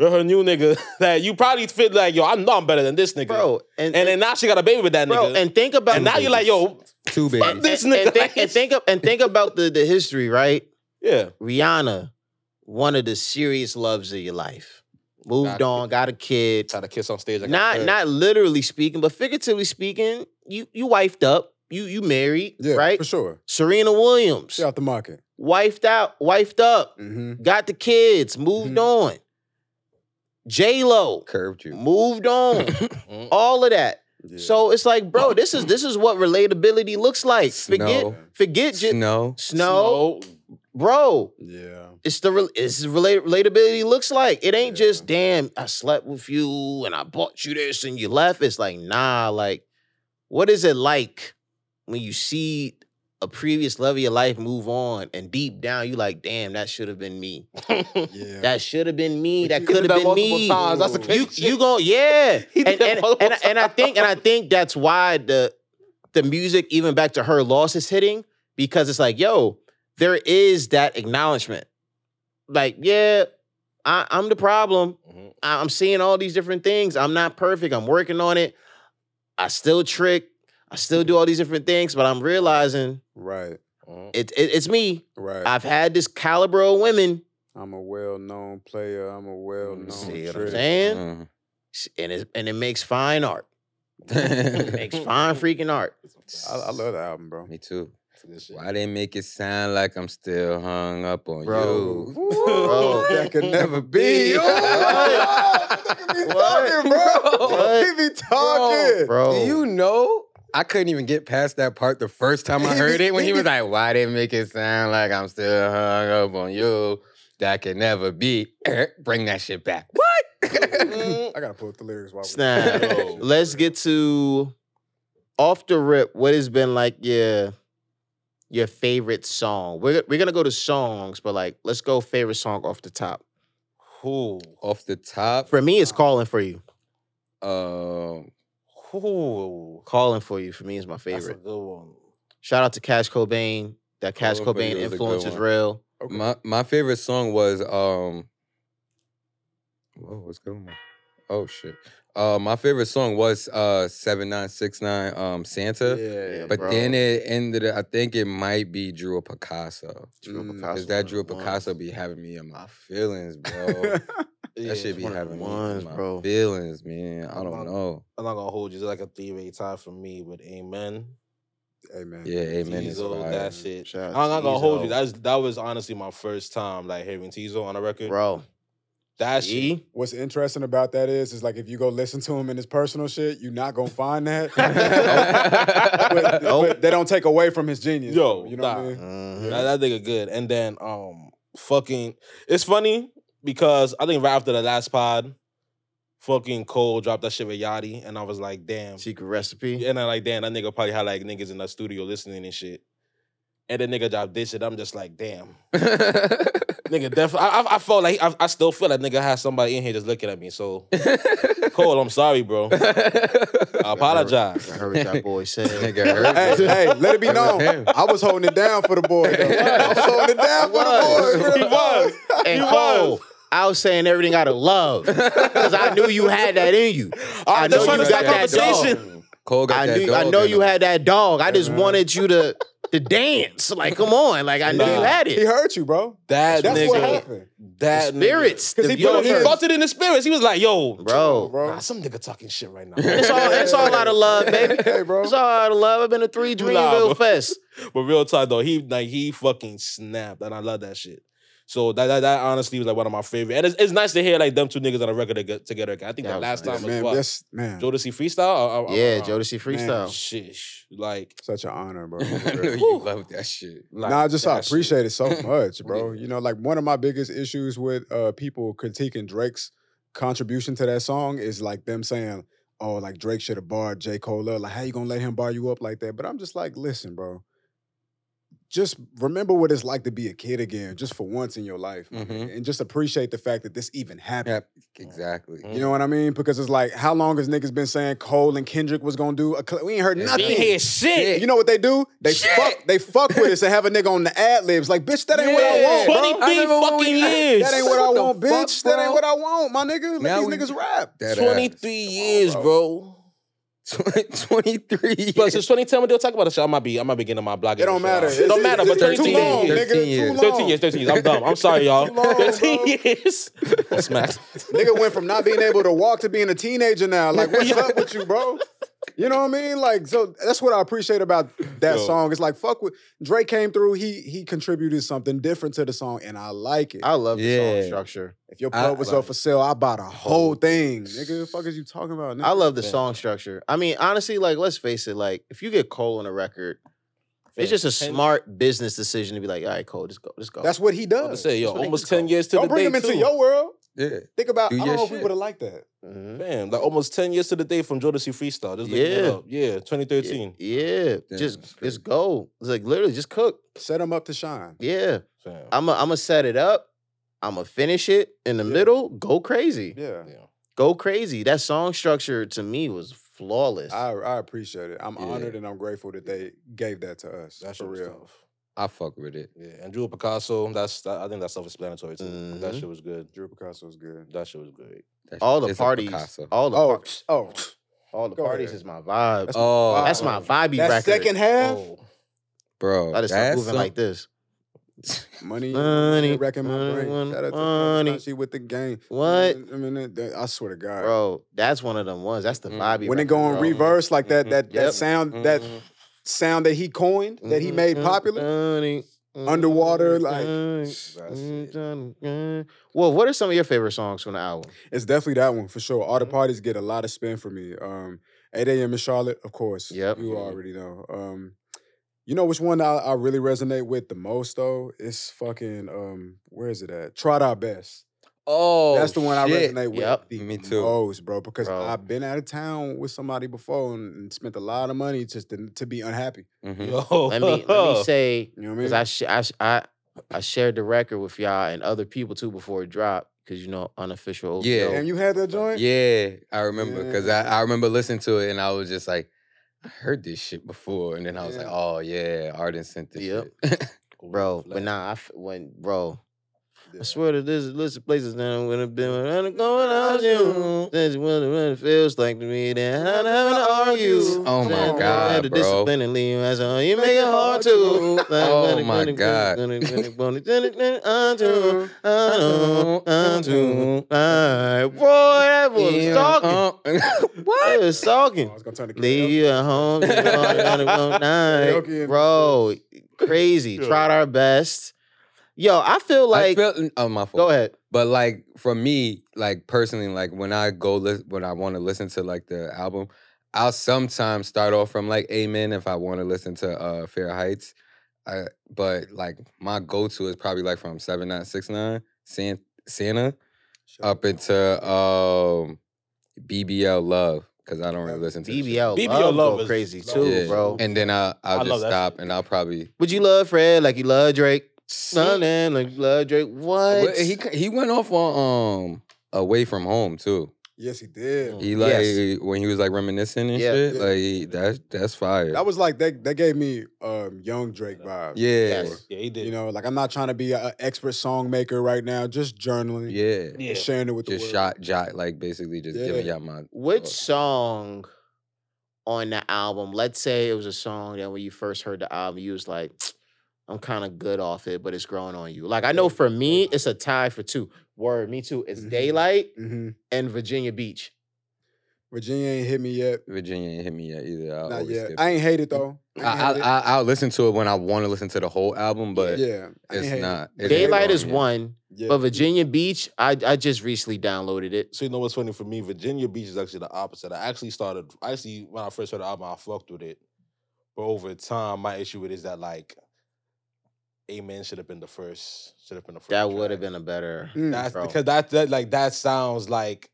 S3: or her new nigga, that you probably feel like, yo, I know I'm better than this nigga.
S1: Bro, and,
S3: And then now she got a baby with that
S1: bro,
S3: nigga. And,
S1: and think about
S3: now you're like, yo,
S2: Two
S3: fuck
S2: babies.
S3: this
S1: and,
S3: nigga.
S1: and think,
S3: like,
S1: and think of, and think about the the history, right?
S3: yeah.
S1: Rihanna, one of the serious loves of your life, moved
S3: Got a
S1: on, got a kid.
S3: Tried to kiss on stage. Like
S1: Not not literally speaking, but figuratively speaking, you you wifed up, you you married,
S5: Yeah.
S1: right?
S5: For sure.
S1: Serena Williams,
S5: She out the market.
S1: wifed out, wifed up,
S5: hmm
S1: got the kids, moved
S5: Mhm.
S1: on. J Lo
S2: Curved you.
S1: moved on.
S3: Mm.
S1: All of that.
S5: Yeah.
S1: So it's like, bro, this is this is what relatability looks like. Forget
S2: Snow.
S1: forget j- snow.
S2: Snow.
S1: bro.
S5: yeah.
S1: it's the rel- it's relate- relatability looks like. It ain't
S5: Yeah.
S1: just damn. I slept with you and I bought you this and you left. It's like nah. Like, what is it like when you see a previous love of your life move on and deep down you like, damn, that should have been me.
S5: Yeah.
S1: That should have been me.
S5: But
S1: that
S5: you
S1: could
S5: did
S1: have
S5: that
S1: been
S3: multiple
S1: me.
S3: times. That's the
S1: you
S3: crazy
S1: you
S3: shit.
S1: gon' yeah.
S3: He did
S1: and,
S3: that
S1: and,
S3: multiple
S1: and, I- and I think and I think that's why the the music even back to her loss is hitting because it's like yo there is that acknowledgement like yeah I, I'm the problem
S3: Mhm.
S1: I- I'm seeing all these different things I'm not perfect I'm working on it I still trick I still do all these different things but I'm realizing
S5: Right.
S3: Mhm.
S1: it, it it's me
S5: Right.
S1: I've had this caliber of women
S5: I'm a well-known player. I'm a well-known.
S1: Mm, see what I'm
S5: trick.
S1: saying
S2: Mm.
S1: and it and it makes fine art it makes fine freaking art
S5: I, I love that album, bro.
S2: Me too.
S3: This shit.
S2: Why they make it sound like I'm still hung up on
S1: Bro.
S2: you?
S1: Bro.
S5: that could never be.
S2: What?
S5: That could be
S1: What?
S5: talking, bro.
S1: What?
S5: He be talking,
S1: bro
S2: Do you know? I couldn't even get past that part the first time I
S5: He
S2: heard
S5: be-
S2: it when
S5: he
S2: he was
S5: be-
S2: like, Why they make it sound like I'm still hung up on you? That can never be. Bring that shit back. What?
S5: I gotta pull up the lyrics while we-
S1: Snap.
S3: Yo.
S1: Let's get to off the rip. What has been like your your favorite song? We're we're gonna go to songs, but like let's go favorite song off the top.
S3: Ooh.
S2: Off the top.
S1: For me, it's calling for you.
S2: Um,
S3: Ooh.
S1: Calling for you for me is my
S3: That's a
S1: favorite.
S3: good one.
S1: Shout out to Cash Cobain. That Cash
S2: Calling For
S1: Cobain
S2: You is a good
S1: influence is
S2: one.
S1: real.
S5: Okay.
S2: my my favorite song was um. Whoa, what's going on? Oh shit. Uh, my favorite song was uh seven nine six nine um Santa,
S5: Yeah,
S2: but
S5: bro.
S2: then it ended. I think it might be Drew Picasso.
S5: Mm,
S2: Cause that Drew Picasso be having me in my feelings, bro.
S3: Yeah,
S2: that should be
S1: one of the
S2: having
S1: ones,
S2: me in my
S1: bro.
S2: feelings, man. I
S3: Come on.
S2: don't know.
S3: I'm not gonna hold you. It's like a three way tie for me with Amen.
S5: Amen.
S2: Yeah, amen. is
S3: Tizo,
S2: fire.
S3: that shit.
S1: Shout
S3: I'm
S1: out
S3: not gonna hold you.
S1: Tizo.
S3: That's that was honestly my first time like hearing Tizo on a record.
S1: bro.
S3: That shit.
S1: E,
S5: What's interesting about that is, is like if you go listen to him in his personal shit, you're not gonna find that. but, but they don't take away from his genius. though,
S3: Yo,
S5: you know what I
S3: nah.
S5: mean?
S1: Mm-hmm.
S3: That, that nigga good. And then um fucking it's funny because I think right after the last pod, fucking Cole dropped that shit with Yachty, and I was like, damn.
S1: secret recipe.
S3: And I like, damn, that nigga probably had like niggas in the studio listening and shit. And then nigga dropped this shit. I'm just like, damn. Nigga, definitely. I, I- I felt like I, I still feel that nigga has somebody in here just looking at me. So Cole, I'm sorry, bro. I apologize.
S1: I heard what that boy said.
S2: Nigga hurt,
S5: Hey,
S2: bro.
S5: hey, let it be
S2: It was
S5: known.
S2: him.
S5: I was holding it down for the boy. though. I was holding it down for the boy.
S3: He was.
S1: and
S3: He
S1: Cole,
S3: was.
S1: I was saying everything out of love because I knew you had that in you. I
S3: just
S1: know
S3: trying
S1: you
S3: to
S1: got
S3: start
S1: that dog.
S3: conversation.
S2: Cole got
S1: I
S2: that
S1: knew, I
S2: dog
S1: know
S2: in
S1: you
S2: him.
S1: had that dog. I just
S5: Mhm.
S1: wanted you to to dance. Like, come on. Like, I knew you
S3: Nah.
S1: had
S5: He
S1: it.
S5: hurt you, bro.
S3: That
S5: That's
S3: nigga.
S5: what happened.
S1: The
S3: That nigga.
S1: spirits,
S5: Because
S1: the-
S5: he
S3: Yo,
S1: yo,
S5: put
S3: he
S5: hurt.
S3: felt it in the spirits. He was like, yo,
S1: bro.
S5: bro.
S3: Nah, some nigga talking shit right now.
S1: It's all it's all out of love, baby.
S5: Hey, bro.
S1: It's all out of love. I've been to three
S3: Nah,
S1: Dreamville
S3: bro.
S1: Fest.
S3: but real time though, he like he fucking snapped, and I love that shit. So that that, that honestly was like one of my favorite, and it's, it's nice to hear like them two niggas on a record toge- together. again. I think
S1: That
S3: the
S1: was
S3: last
S1: nice.
S3: time
S5: man,
S3: was what
S5: that's man,
S3: Jodeci freestyle. Oh, Or, or,
S1: Yeah,
S3: or-
S1: Jodeci
S5: Man.
S1: freestyle.
S3: Shish, oh, like
S5: such an honor, bro.
S2: I knew you loved that shit.
S3: like,
S5: nah, just I
S3: that shit.
S5: appreciate it so much, bro.
S3: Yeah.
S5: You know, like one of my biggest issues with uh people critiquing Drake's contribution to that song is like them saying, "Oh, like Drake should have barred J. Cole up. Like, how you gonna let him bar you up like that?" But I'm just like, listen, bro. Just remember what it's like to be a kid again, just for once in your life, my
S2: Mhm.
S1: Mm-hmm.
S5: nigga, and just appreciate the fact that this even happened.
S2: Yep, exactly.
S1: Mm-hmm.
S5: You know what I mean? Because it's like, how long has niggas been saying Cole and Kendrick was gonna do? A cl- we ain't heard
S2: Yeah.
S5: nothing.
S3: We hear shit.
S5: You know what they do? They
S2: Shit.
S5: fuck. They fuck with us and have a nigga on the ad libs. Like, bitch, that ain't
S2: Yeah.
S5: what I
S3: Twenty
S5: want.
S2: bro. I
S3: big
S2: never want
S3: fucking
S2: you-
S5: Bro.
S3: years.
S5: That ain't what I
S2: What the
S5: want,
S2: fuck,
S5: bitch. that ain't
S2: bro?
S5: what I want, my nigga. Let
S2: Now
S5: these
S2: we-
S5: niggas rap.
S2: That
S3: Twenty
S2: ass.
S3: three years,
S5: bro.
S3: bro.
S2: 23 years.
S3: Plus, it's 2010 when they'll talk about the shit. I might be, I might be getting my blog.
S5: It don't matter.
S3: It don't matter. But
S5: It's
S2: it's
S3: 13
S5: too
S2: thirteen
S5: long,
S3: years,
S2: years.
S5: nigga.
S2: 13
S5: Too long.
S3: 13 years, 13 years. I'm dumb. I'm sorry, y'all.
S5: Too long,
S3: 13
S5: bro.
S3: years. I'm smacked.
S5: Nigga went from not being able to walk to being a teenager now. Like, what's up with you, bro? You know what I mean? Like, so that's what I appreciate about that
S3: Yo.
S5: song. It's like, fuck with Drake came through. He he contributed something different to the song, and I like it.
S1: I love the
S2: Yeah.
S1: song structure.
S5: if your
S2: I-
S5: club was up for sale, I bought a whole thing, nigga. The fuck is you talking about? Nigga?
S1: I love the
S3: Yeah.
S1: song structure. I mean, honestly, like let's face it, like if you get Cole on a record, it's just a
S3: Ten-
S1: smart business decision to be like, all right, Cole, just go, just go.
S5: That's what he
S3: I was
S5: does.
S3: gonna say, yo,
S1: That's what they
S3: almost
S1: call
S3: ten
S1: it.
S3: years to
S5: Don't
S3: the
S5: bring
S3: day
S5: him into
S3: too.
S5: your world.
S2: Yeah.
S5: Think about.
S2: Do
S5: I
S2: your
S5: don't know if we
S2: shit.
S5: would have liked that.
S1: Mhm.
S3: Damn, like almost ten years to the day from Jodeci Freestyle. Just looking it
S1: Yeah.
S3: up. Yeah, 2013.
S1: Yeah,
S2: Damn, that's
S1: just
S2: crazy.
S1: just go. It's like literally, just cook.
S5: Set him up to shine.
S1: Yeah,
S3: Fam.
S1: I'm i I'm gonna set it up. I'm gonna finish it in the
S5: Yeah.
S1: middle. Go crazy,
S5: Yeah,
S3: Yeah.
S1: go crazy. That song structure to me was flawless.
S5: I I appreciate it. I'm
S2: Yeah.
S5: honored and I'm grateful that they gave that to us.
S3: That
S5: for
S3: shit was
S5: real.
S3: tough.
S2: I fuck with it.
S3: Yeah, and Drew Picasso. That's that, I think that's self-explanatory too.
S1: Mhm.
S3: That shit was good.
S5: Drew Picasso was good.
S3: That shit was great.
S2: That
S1: all
S2: shit
S1: the
S2: is a
S1: parties,
S2: Picasso.
S1: all the
S5: Oh,
S1: par-
S5: oh,
S1: all the
S5: go
S1: parties
S5: ahead.
S1: is my vibe. That's,
S5: That's-
S2: oh,
S5: Wow.
S1: my vibey
S5: that
S1: record.
S5: second half,
S3: Oh,
S2: bro.
S1: I just start
S2: that's
S1: moving like this. Money,
S5: money, money, wrecking my brain.
S1: money,
S5: Shout out to
S1: money.
S5: money. with the game.
S1: What?
S5: I mean, that- that- I swear to God,
S1: Bro, that's one of them ones. That's the
S2: Mm.
S1: vibe.
S5: when it go on reverse like that,
S2: Mhm.
S5: that that
S1: Yep.
S5: sound, that
S2: Mhm.
S5: sound that he coined, that
S1: Mm-hmm,
S5: he made popular. Underwater, like-
S1: mm-hmm.
S2: Mm-hmm.
S1: Well, what are some of your favorite songs from the album?
S5: It's definitely that one for sure.
S2: Mm-hmm.
S5: All the parties get a lot of spin for me. Um, 8 a.m. in Charlotte, of course.
S1: Yep.
S5: You
S2: Mhm.
S5: already know. Um, you know which one I, I really resonate with the most though? It's fucking um, where is it at? Tried Our Best.
S2: Oh,
S5: That's the one
S2: shit.
S5: I resonate with
S1: Yep.
S5: the
S2: Me too.
S5: most, bro. Because
S1: Bro.
S5: I've been out of town with somebody before and, and spent a lot of money just to, to be unhappy.
S2: Mhm.
S3: yo.
S1: Let me let me say
S5: You know what I
S1: because
S5: mean?
S1: I, sh- I sh- I I shared the record with y'all and other people too before it dropped because you know unofficial.
S2: Yeah.
S1: OVO.
S5: and you had that joint.
S2: Yeah, I remember because
S5: Yeah.
S2: I, I remember listening to it and I was just like, I heard this shit before, and then I was like,
S5: Yeah.
S2: oh yeah, Arden sent this
S1: Yep.
S2: shit.
S1: bro. But nah, I f- when bro, I swear to this list of places now when I've been around going out you. That's what it feels like to me. That I don't have to argue.
S2: Oh my
S1: Then I
S2: God,
S1: had to
S2: bro.
S1: Discipline and leave you as a- you make it hard to. Like,
S2: Oh
S1: when it-
S2: my
S1: when it-
S2: God.
S1: when it- when it- when it- when it- when it- unto,
S2: Uh-huh.
S1: unto, unto. Alright, boy, that was
S2: uh-huh.
S1: talking.
S2: uh,
S1: That was
S5: Oh, I
S1: talking.
S5: was gonna turn the
S1: Leave
S5: karaoke.
S1: you at home. you know, I gotta go night.
S5: Karaoke and-
S1: Bro, crazy. Tried our best. Yo, I feel
S2: Like,
S1: like.
S2: I feel, oh my fault.
S1: go ahead.
S2: But like for me, like personally, like when I go lis- when I want to listen to like the album, I'll sometimes start off from like Amen if I want to listen to uh Fair Heights. I, but like my go to is probably like from seven nine six nine San- Santa up into um BBL Love because I don't really listen to that shit.
S1: BBL,
S3: BBL
S1: love,
S3: love
S1: go
S3: is-
S1: crazy
S3: love
S1: too,
S2: Yeah.
S1: bro.
S2: and then I I'll
S3: I love
S2: just
S3: that
S2: stop and I'll probably
S1: Would you love Fred like you love Drake? Something like you love Drake. What?
S2: But he c- he went off on um away from home too.
S5: Yes, he did.
S2: He like
S1: Yes.
S2: when he was like reminiscing and
S1: Yeah.
S2: shit.
S5: Yeah.
S2: Like he- that's that's fire.
S5: That was like that. That gave me um, young Drake vibes.
S2: yeah,
S1: Yes.
S3: Yeah, he did.
S5: You know, like I'm not trying to be an expert song maker right now. Just journaling, yeah.
S2: yeah.
S3: yeah.
S5: and sharing it with
S2: Just
S5: the world.
S2: shot jot like basically just giving
S5: Yeah.
S2: y'all my
S1: Which
S2: thoughts.
S1: song on the album? Let's say it was a song that when you first heard the album, you was like, I'm kind of good off it, but it's growing on you. Like I know for me, it's a tie for two. Word, me too. It's
S5: Mhm.
S1: Daylight
S5: hmm
S1: and Virginia Beach.
S5: Virginia ain't hit me yet.
S2: Virginia ain't hit me yet either. I
S5: not
S2: always
S5: yet.
S2: skip.
S5: I ain't hate it though.
S2: I,
S5: ain't
S2: I,
S5: hate it.
S2: I I'll listen to it when I want to listen to the whole album, but
S5: yeah, I ain't
S2: it's
S5: hate it.
S2: not. It's
S1: Daylight
S2: not
S1: is
S2: on yet.
S1: one,
S5: Yeah.
S1: but Virginia Beach, I, I just recently downloaded it.
S3: So you know what's funny for me? Virginia Beach is actually the opposite. I actually started. I actually when I first heard the album, I fucked with it, but over time, my issue with it is that like, Amen should have been the first. Should have been the first.
S1: That would have
S3: track.
S1: been a better.
S5: Mm.
S3: That's
S1: bro.
S3: because that, that like that sounds like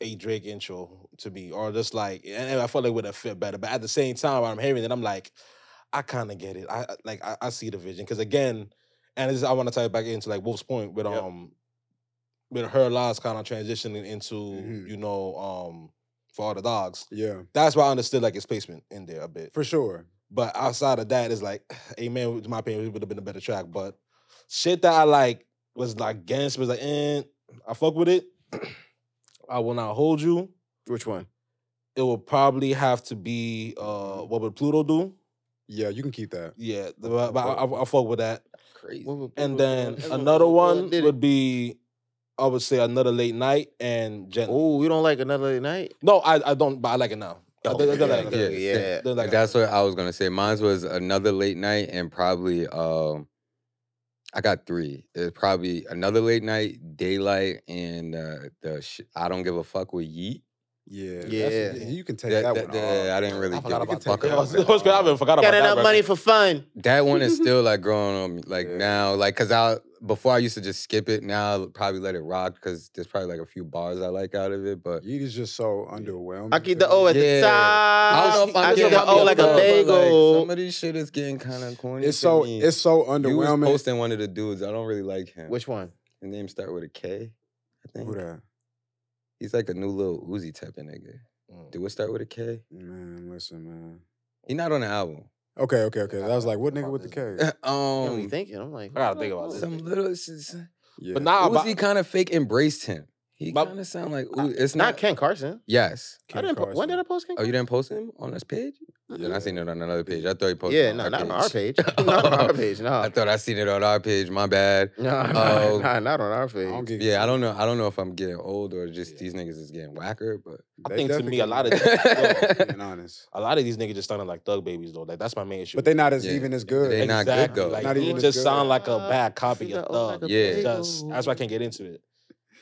S3: a Drake intro to me, or just like, and, and I felt like it would have fit better. But at the same time, when I'm hearing it, I'm like, I kind of get it. I I- like I, I see the vision because again, and this is, I want to tie it back into like Wolf's point with
S1: Yep.
S3: um with her lives kind of transitioning into
S1: Mm-hmm.
S5: Mhm.
S3: you know um for all the dogs.
S5: Yeah,
S3: That's why I understood like its placement in there a bit.
S5: for sure.
S3: But outside of that, it's like, Amen, in my opinion, it would have been a better track. But shit that I like was like against, was like, eh, I fuck with it. I will not hold you.
S1: Which one?
S3: It will probably have to be uh what would Pluto do?
S5: Yeah, you can keep that.
S3: Yeah, th- but, but I, I, I fuck with that.
S2: Crazy.
S3: And then another one would be, I would say, another late night and gently.
S1: Oh, you don't like another night?
S3: No, I, I don't, but I like it now. I
S1: Oh,
S3: think- I think I
S1: yeah,
S3: like
S1: yeah,
S3: it.
S1: yeah.
S3: I think I like it.
S2: That's what I was gonna say. Mine was another late night and probably um I got three. It's probably another late night, daylight, and uh, the sh- I don't give a fuck with Yeet.
S5: Yeah,
S1: Yeah.
S5: that's- you can take
S2: That-
S5: that,
S2: that-
S5: one.
S2: that-
S5: off.
S2: I didn't really
S5: You
S2: give
S5: can
S2: a
S5: take
S2: fuck about
S5: that
S2: that.
S5: one off.
S3: I even forgot about
S1: Got
S3: that.
S1: enough money
S3: record.
S1: for fun.
S2: That one is still like growing on me. Like
S5: Yeah.
S2: now, like cause I before I used to just skip it. Now I'll probably let it rock because there's probably like a few bars I like out of it. But
S5: Yeet is just so underwhelming.
S1: I keep
S5: to
S1: the O
S5: me.
S1: at the
S2: Yeah.
S1: top.
S2: I don't know if I'm
S1: I keep
S2: getting
S1: the O like a
S2: fucked up, but, Like,
S1: bagel.
S2: some of this shit is getting kind of corny.
S5: It's
S2: to
S5: so
S2: me.
S5: it's
S2: you
S5: so
S2: was
S5: underwhelming.
S2: posting one of the dudes. I don't really like him.
S1: Which one?
S2: His name start with a K, I think.
S5: Who that?
S2: He's like a new little Uzi type of nigga. Do it start with a K?
S5: Man, listen, man.
S2: He not on the album.
S5: Okay, okay, okay. I was like, what nigga
S3: About
S5: with the K?
S2: um,
S1: Um, what you thinking? I'm like,
S3: I gotta think about this.
S2: some little s- s-
S5: Yeah.
S3: But now, but,
S2: Uzi kind of fake embraced him. He
S3: My-
S2: kind of sound like Uzi. It's
S1: Not
S2: not.
S1: Ken Carson.
S2: yes.
S1: I
S5: Ken
S1: didn't. Po- when
S5: Carson.
S1: did I post Ken?
S2: Oh,
S1: Carson?
S2: you didn't post him on this page? Yeah. I seen it on another page. I thought you posted.
S1: Yeah,
S2: it
S1: no,
S2: on
S1: not
S2: our
S1: on our
S2: page.
S1: page. not on our page. No,
S2: I thought I seen it on our page. My bad.
S1: no, no,
S2: Oh.
S1: no, not on our
S5: I don't
S1: page.
S5: get
S2: Yeah, I don't know. I don't know if I'm getting old or just
S3: Yeah.
S2: these niggas is getting whacker, but
S3: I think to me, a lot of
S2: definitely-
S5: being honest,
S3: a lot of these niggas just sounding like thug babies though. Like that's my main issue.
S5: but they not as
S2: Yeah.
S5: even as
S2: They
S5: good.
S2: not good,
S3: Exactly,
S2: though.
S3: Like,
S5: Not
S3: he
S5: even as
S3: just
S5: good.
S3: sound like a bad copy
S1: She's
S3: of
S1: the old
S3: thug.
S1: like a
S2: Yeah.
S1: bagel.
S3: Just that's why I can't get into it.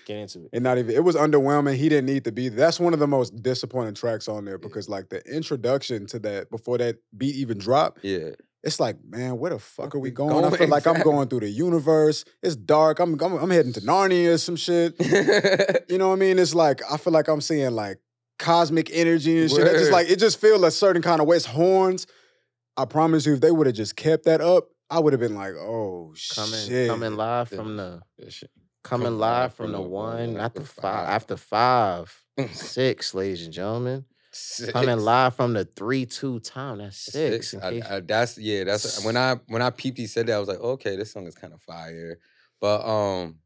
S3: Get into it.
S5: And not even it was underwhelming. He didn't need to be. there. That's one of the most disappointing tracks on there
S3: Yeah.
S5: because like the introduction to that before that beat even dropped,
S2: yeah.
S5: it's like, man, where the fuck are we
S2: we
S5: going? I
S2: going?
S5: feel like I'm
S2: Exactly.
S5: going through the universe. It's dark. I'm I'm, I'm heading to Narnia or some shit. You know what I mean? It's like I feel like I'm seeing like cosmic energy and shit. It's just
S2: Word.
S5: like it just feels a certain kind of way. It's horns. I promise you, if they would have just kept that up, I would have been like, oh
S1: Coming,
S5: shit.
S1: coming live
S2: Yeah.
S1: from the
S2: That shit-
S1: coming live from the one, not the five after five, six, ladies and gentlemen. Coming
S2: Six.
S1: live from the three two time. That's six. in
S2: I-
S1: case
S2: I- that's yeah. That's when I when I peeped. He said that I was like, okay, this song is kind of fire. But um,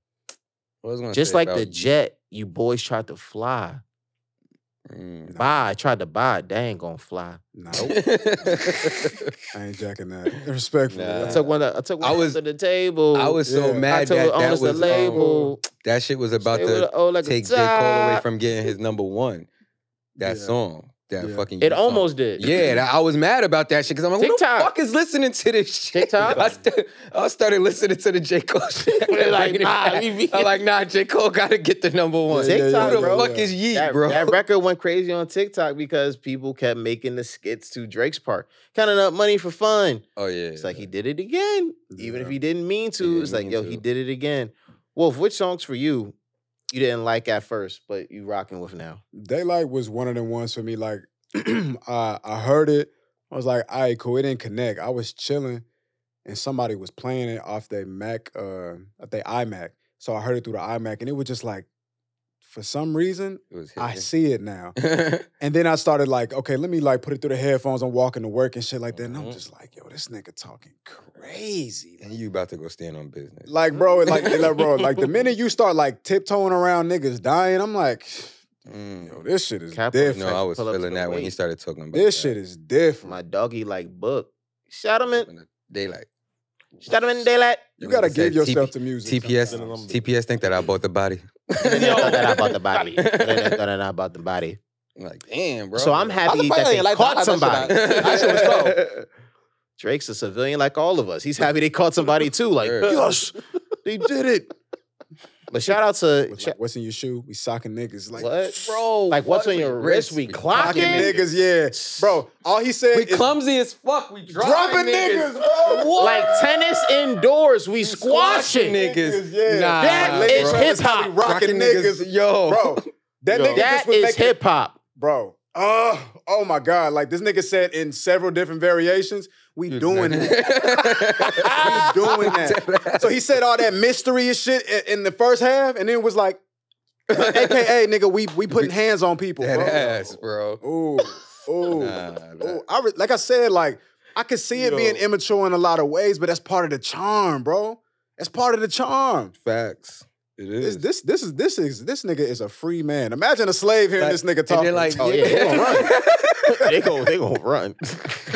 S2: What was I gonna
S1: Just
S2: say
S1: like the
S2: about-
S1: jet, you boys tried to fly.
S2: Mm.
S1: Buy, tried to buy. They ain't gonna fly.
S5: Nope. I ain't jacking that. Respectfully.
S2: Nah.
S1: I
S5: I
S1: took one. I took one
S2: I
S1: I was,
S2: was-
S1: to the table.
S2: I was so
S5: Yeah.
S1: I
S2: mad
S1: told
S2: that
S1: the
S2: that
S1: owners
S2: was
S1: the
S2: um,
S1: label.
S2: that shit was about
S1: They would've
S2: to
S1: owed like a
S2: take J Cole away
S1: top.
S2: from getting his number one. That
S5: Yeah.
S2: song, that
S5: Yeah.
S2: fucking
S1: It
S2: song.
S1: almost did.
S2: Yeah, that, I was mad about that shit because I'm like, who
S1: TikTok.
S2: the fuck is listening to this shit?
S1: TikTok.
S2: I, st- I started listening to the J Cole shit.
S1: We're like,
S2: Bringing it
S1: nah,
S2: back.
S1: we be-
S2: I'm like, nah, J Cole gotta get the number one.
S1: Yeah, yeah, TikTok,
S2: who the
S1: bro.
S2: fuck is Yeet,
S1: that,
S2: bro?
S1: that record went crazy on TikTok because people kept making the skits to Drake's part, counting up money for fun.
S2: oh yeah,
S1: It's like he did it again, even if
S5: Yeah.
S1: he didn't mean to.
S2: didn't
S1: it's like,
S2: mean
S1: yo,
S2: to.
S1: he did it again. Wolf, which songs for you you didn't like at first, but you rocking with now?
S5: Daylight was one of the ones for me. Like, I, I heard it. I was like, all right, cool. It didn't connect. I was chilling and somebody was playing it off their Mac, uh, off their iMac. So I heard it through the iMac and it was just like, for some reason,
S2: it was
S5: I
S2: hitting.
S5: see it now.
S2: yeah,
S5: And then I started like, okay, let me like put it through the headphones. I'm walking to work and shit like that. And I'm
S2: Mhm.
S5: just like, yo, this nigga talking crazy.
S2: and you about to go stand on business.
S5: Like, bro, like, like, bro, like the minute you start like tiptoeing around niggas dying, I'm like,
S2: Mm.
S5: yo, this shit is
S1: Capital.
S5: different.
S2: No, I was
S1: pull up to
S2: feeling
S1: the
S2: that when he
S1: weight.
S2: started talking about
S5: this
S2: that.
S5: shit is different.
S1: My doggy like book. Shout him in.
S2: They like
S1: Shout him in daylight.
S5: you
S2: Nigga
S5: gotta
S2: said
S5: give yourself
S2: TP
S5: to music. sometimes.
S2: TPS. TPS think that I bought the body.
S1: They don't know that I bought the body. They don't know that I bought the body.
S2: I'm like, damn, bro.
S1: So I'm happy that they caught somebody.
S2: That shit was dope.
S1: Drake's a civilian like all of us. He's happy they caught somebody too. Like,
S2: Yeah.
S1: yes, they did it. But shout out to
S5: With,
S1: shout-
S5: like, what's in your shoe? We socking niggas. Like,
S1: what?
S2: Bro,
S1: Like what's on
S2: we
S1: your wrist? We
S5: Clocking
S1: clocking.
S5: niggas, yeah. Bro, all he said
S2: We
S5: is
S2: clumsy as fuck. We dropping,
S5: dropping
S2: niggas.
S5: niggas, bro.
S2: What?
S1: Like tennis indoors, we
S2: squashing
S1: squashing.
S2: niggas.
S5: yeah.
S2: Nah,
S1: That
S2: bro.
S1: is
S5: Bro,
S1: hip
S5: that's how we
S1: hop.
S5: Rocking niggas,
S2: Yo,
S5: bro. That nigga
S1: That
S5: just was
S1: is
S5: making-
S1: hip hop.
S5: bro. Oh, oh my God! Like this nigga said in several different variations, we doing that.
S2: that.
S5: We doing that. So he said all that mystery and shit i- in the first half, and then was like, "AKA nigga, we we putting hands on people."
S2: That
S5: Bro.
S2: ass, bro.
S5: Ooh, ooh,
S2: Nah, that-
S5: ooh. I re- like I said, like I could see it being
S3: Yo.
S5: immature in a lot of ways, but that's part of the charm, bro. That's part of the charm.
S2: Facts. It
S5: This,
S2: is.
S5: this, this is this is this nigga is a free man. Imagine a slave hearing
S2: Like,
S5: this nigga
S2: and
S5: talking.
S2: they're like,
S1: Oh, yeah, they gonna
S2: yeah.
S1: They go, they gonna run.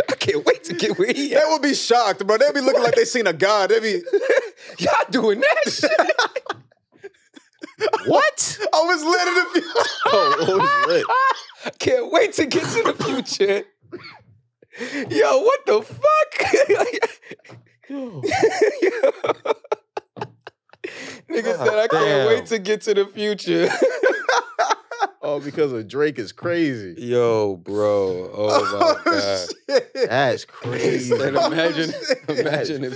S2: I can't wait to get with you.
S5: They would be shocked, bro. They'd be looking like they seen a god. They'd be,
S2: Y'all doing that shit.
S1: what?
S5: I was lit in the future.
S1: Oh, it was lit.
S2: Can't wait to get to the future. Yo, what the fuck? Yo. Nigga said I can't
S1: Damn.
S2: wait to get to the future.
S1: Oh, because of Drake is crazy.
S2: Yo, bro. Oh my god.
S5: shit.
S1: That's
S2: He
S1: crazy.
S2: said, imagine,
S5: shit.
S2: imagine if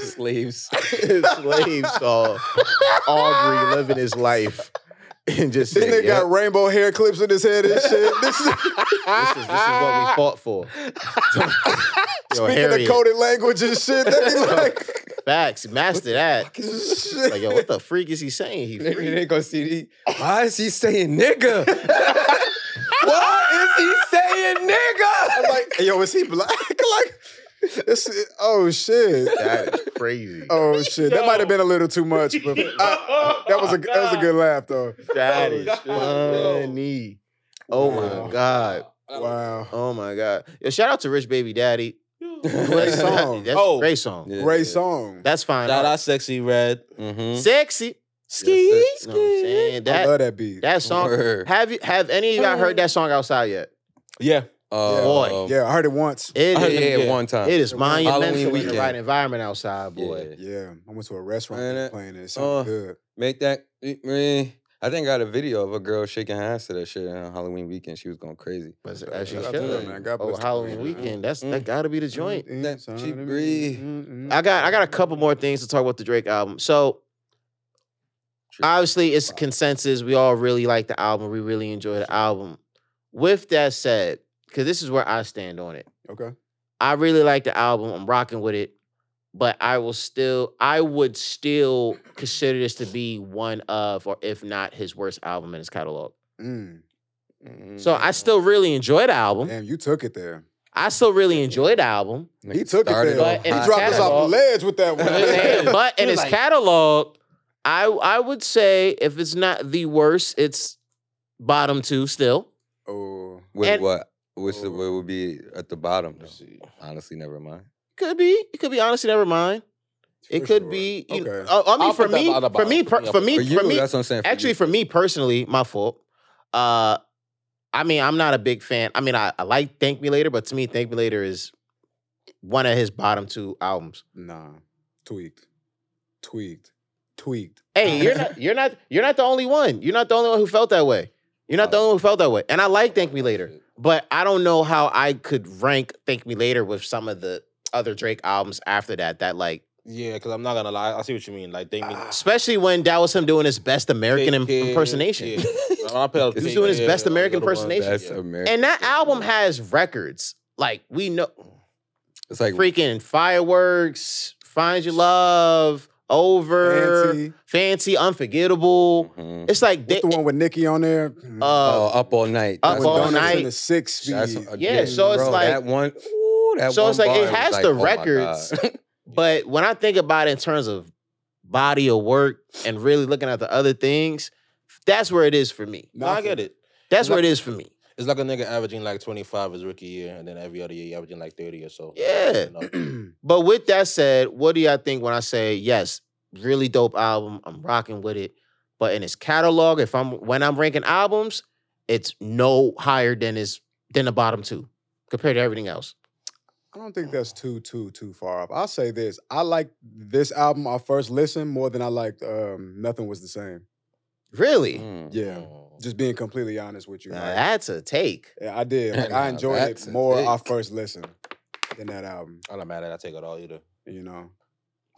S2: slaves.
S1: Slaves saw Audrey living his life and just
S5: This
S1: said,
S5: nigga
S1: "Yep,
S5: got rainbow hair clips in his head and shit. This is
S1: this, is, this is what we fought for. Yo,
S5: speaking
S1: Harriet,
S5: the coded language and shit. They be like,
S1: facts, master that.
S5: shit.
S1: Like, yo, what the freak is he saying? He
S2: Nigga,
S1: freak.
S2: they gonna see the, Why is he saying nigga? Why is he saying nigga?
S5: I'm like, yo, is he black? like, this is, oh shit.
S1: That is crazy.
S5: Oh shit. That might have been a little too much, but I- that was a that
S1: Oh,
S5: was a good laugh though.
S1: That
S2: Oh,
S1: is
S2: God, yo.
S1: funny. Oh
S5: Wow.
S1: my god.
S5: Wow.
S1: Oh my god. Yo, shout out to Rich Baby Daddy.
S5: Great song.
S1: That's
S3: Oh.
S1: a great song.
S2: Yeah.
S5: Great song.
S1: That's fine.
S3: Shout
S1: art.
S3: out Sexy Red.
S2: Mm-hmm.
S1: Sexy.
S2: Ski,
S1: You know what I'm saying?
S5: I love
S1: That
S5: that beat.
S1: that song.
S2: Word.
S1: Have you have any of y'all heard that song outside yet?
S3: Yeah.
S1: Boy.
S5: yeah, I heard it once.
S1: It
S2: Um, I heard
S1: is-
S2: it at one time.
S1: it is
S2: Halloween
S1: monumental in the
S2: weekend.
S1: right environment outside, boy.
S2: Yeah.
S5: Yeah, I went to a restaurant
S2: Man,
S5: they
S2: that-
S5: playing it. It
S2: uh,
S5: sounded good.
S2: Make that. eh, I think I got a video of a girl shaking her ass to that shit on Halloween weekend. She was going crazy.
S1: But as you
S5: Shout out to them,
S1: should.
S5: man. God
S1: Oh,
S5: bless them,
S1: Halloween
S5: man.
S1: weekend. That's
S2: Mm.
S1: that gotta be the joint.
S2: That
S5: Inside
S2: cheap
S5: of me.
S2: breathe.
S5: Mm-mm.
S1: I got I got a couple more things to talk about the Drake album. So obviously it's consensus. We all really like the album. We really enjoy the album. With that said, because this is where I stand on it.
S5: Okay.
S1: I really like the album. I'm rocking with it. But I will still, I would still consider this to be one of, or if not his worst album in his catalog.
S5: Mm.
S1: So
S5: Mm-hmm.
S1: I still really enjoy the album.
S5: Damn, you took it there.
S1: I still really enjoy the album.
S5: He took it
S2: Started
S5: there.
S1: off
S5: He
S1: hot.
S5: dropped us off
S1: catalog.
S5: the ledge with that one.
S1: But in his catalog, I I would say if it's not the worst, it's bottom two still.
S5: Oh,
S2: With
S1: And-
S2: what? Which
S5: Oh.
S2: what would be at the bottom
S3: Let me
S2: though?
S3: see.
S2: Honestly, never mind.
S1: Could be. It could be honestly. Never mind. It
S5: for
S1: could
S5: sure.
S1: be. You
S5: Okay.
S1: know, I- I mean,
S3: I'll
S1: for
S3: put that
S1: me,
S3: on the
S1: for me,
S3: bottom.
S1: per-
S3: Yeah,
S1: for
S3: for
S1: me,
S2: For
S1: for
S2: you,
S1: me,
S2: that's what I'm saying.
S1: actually
S2: you.
S1: for me personally my fault uh i mean i'm not a big fan i mean i, I like thank me later but to me thank me later is one of his bottom two albums
S5: nah, tweaked, tweaked, tweaked.
S1: hey you're not you're not you're not the only one you're not the only one who felt that way you're not the only one who felt that way and i like thank me later but i don't know how i could rank thank me later with some of the other drake albums after that that like
S3: Yeah, because I'm not gonna lie. I see what you mean. Like they mean
S1: especially when that was him doing his best Ah, american im-
S3: Take Care,
S1: impersonation
S3: yeah. When I put out
S2: He was
S3: Take
S1: doing his
S3: Care,
S1: best
S3: all the
S1: American
S3: other ones,
S1: impersonation.
S2: That's
S3: yeah.
S2: American.
S1: and that
S2: shit.
S1: album has records like we know
S2: It's like
S1: freaking fireworks, find your love, over, fancy,
S5: Fancy.
S1: unforgettable.
S2: mhm.
S1: It's like they,
S5: What's the one with Nicki on there? Mm,
S2: oh,
S1: uh,
S2: up all night.
S1: Up
S2: That's
S5: With
S1: All
S2: what-
S5: donuts
S1: Night.
S5: in the six speed.
S2: That's-
S1: Yeah, so it's
S2: bro,
S1: like-
S2: that one. Ooh, that
S1: So it's
S2: one
S1: like it
S2: bar
S1: has
S2: was
S1: the
S2: oh my God.
S1: records. but when I think about it in terms of body of work and really looking at the other things, that's where it is for me.
S3: No, I get
S5: Nothing.
S3: it.
S1: That's where it is for me.
S3: It's like a nigga averaging like 25 his rookie year, and then every other year you averaging like 30 or so.
S1: Yeah.
S3: You know?
S1: But with that said, what do y'all think when I say yes, really dope album? I'm rocking with it. But in his catalog, if I'm when I'm ranking albums, it's no higher than his than the bottom two compared to everything else.
S5: I don't think that's too too too far off. I'll say this: I like this album. I first listened more than I liked. Um, Nothing was the same.
S1: Really?
S2: Mm.
S5: Yeah,
S3: Mm.
S5: just being completely honest with you.
S1: Now,
S5: like,
S1: that's a take.
S5: yeah, I did. Like,
S2: Now
S5: I enjoyed
S2: that's
S5: it
S2: a
S5: more I
S2: take.
S5: first listened than that album.
S3: I'm not mad at. it. I take it all either.
S5: You know,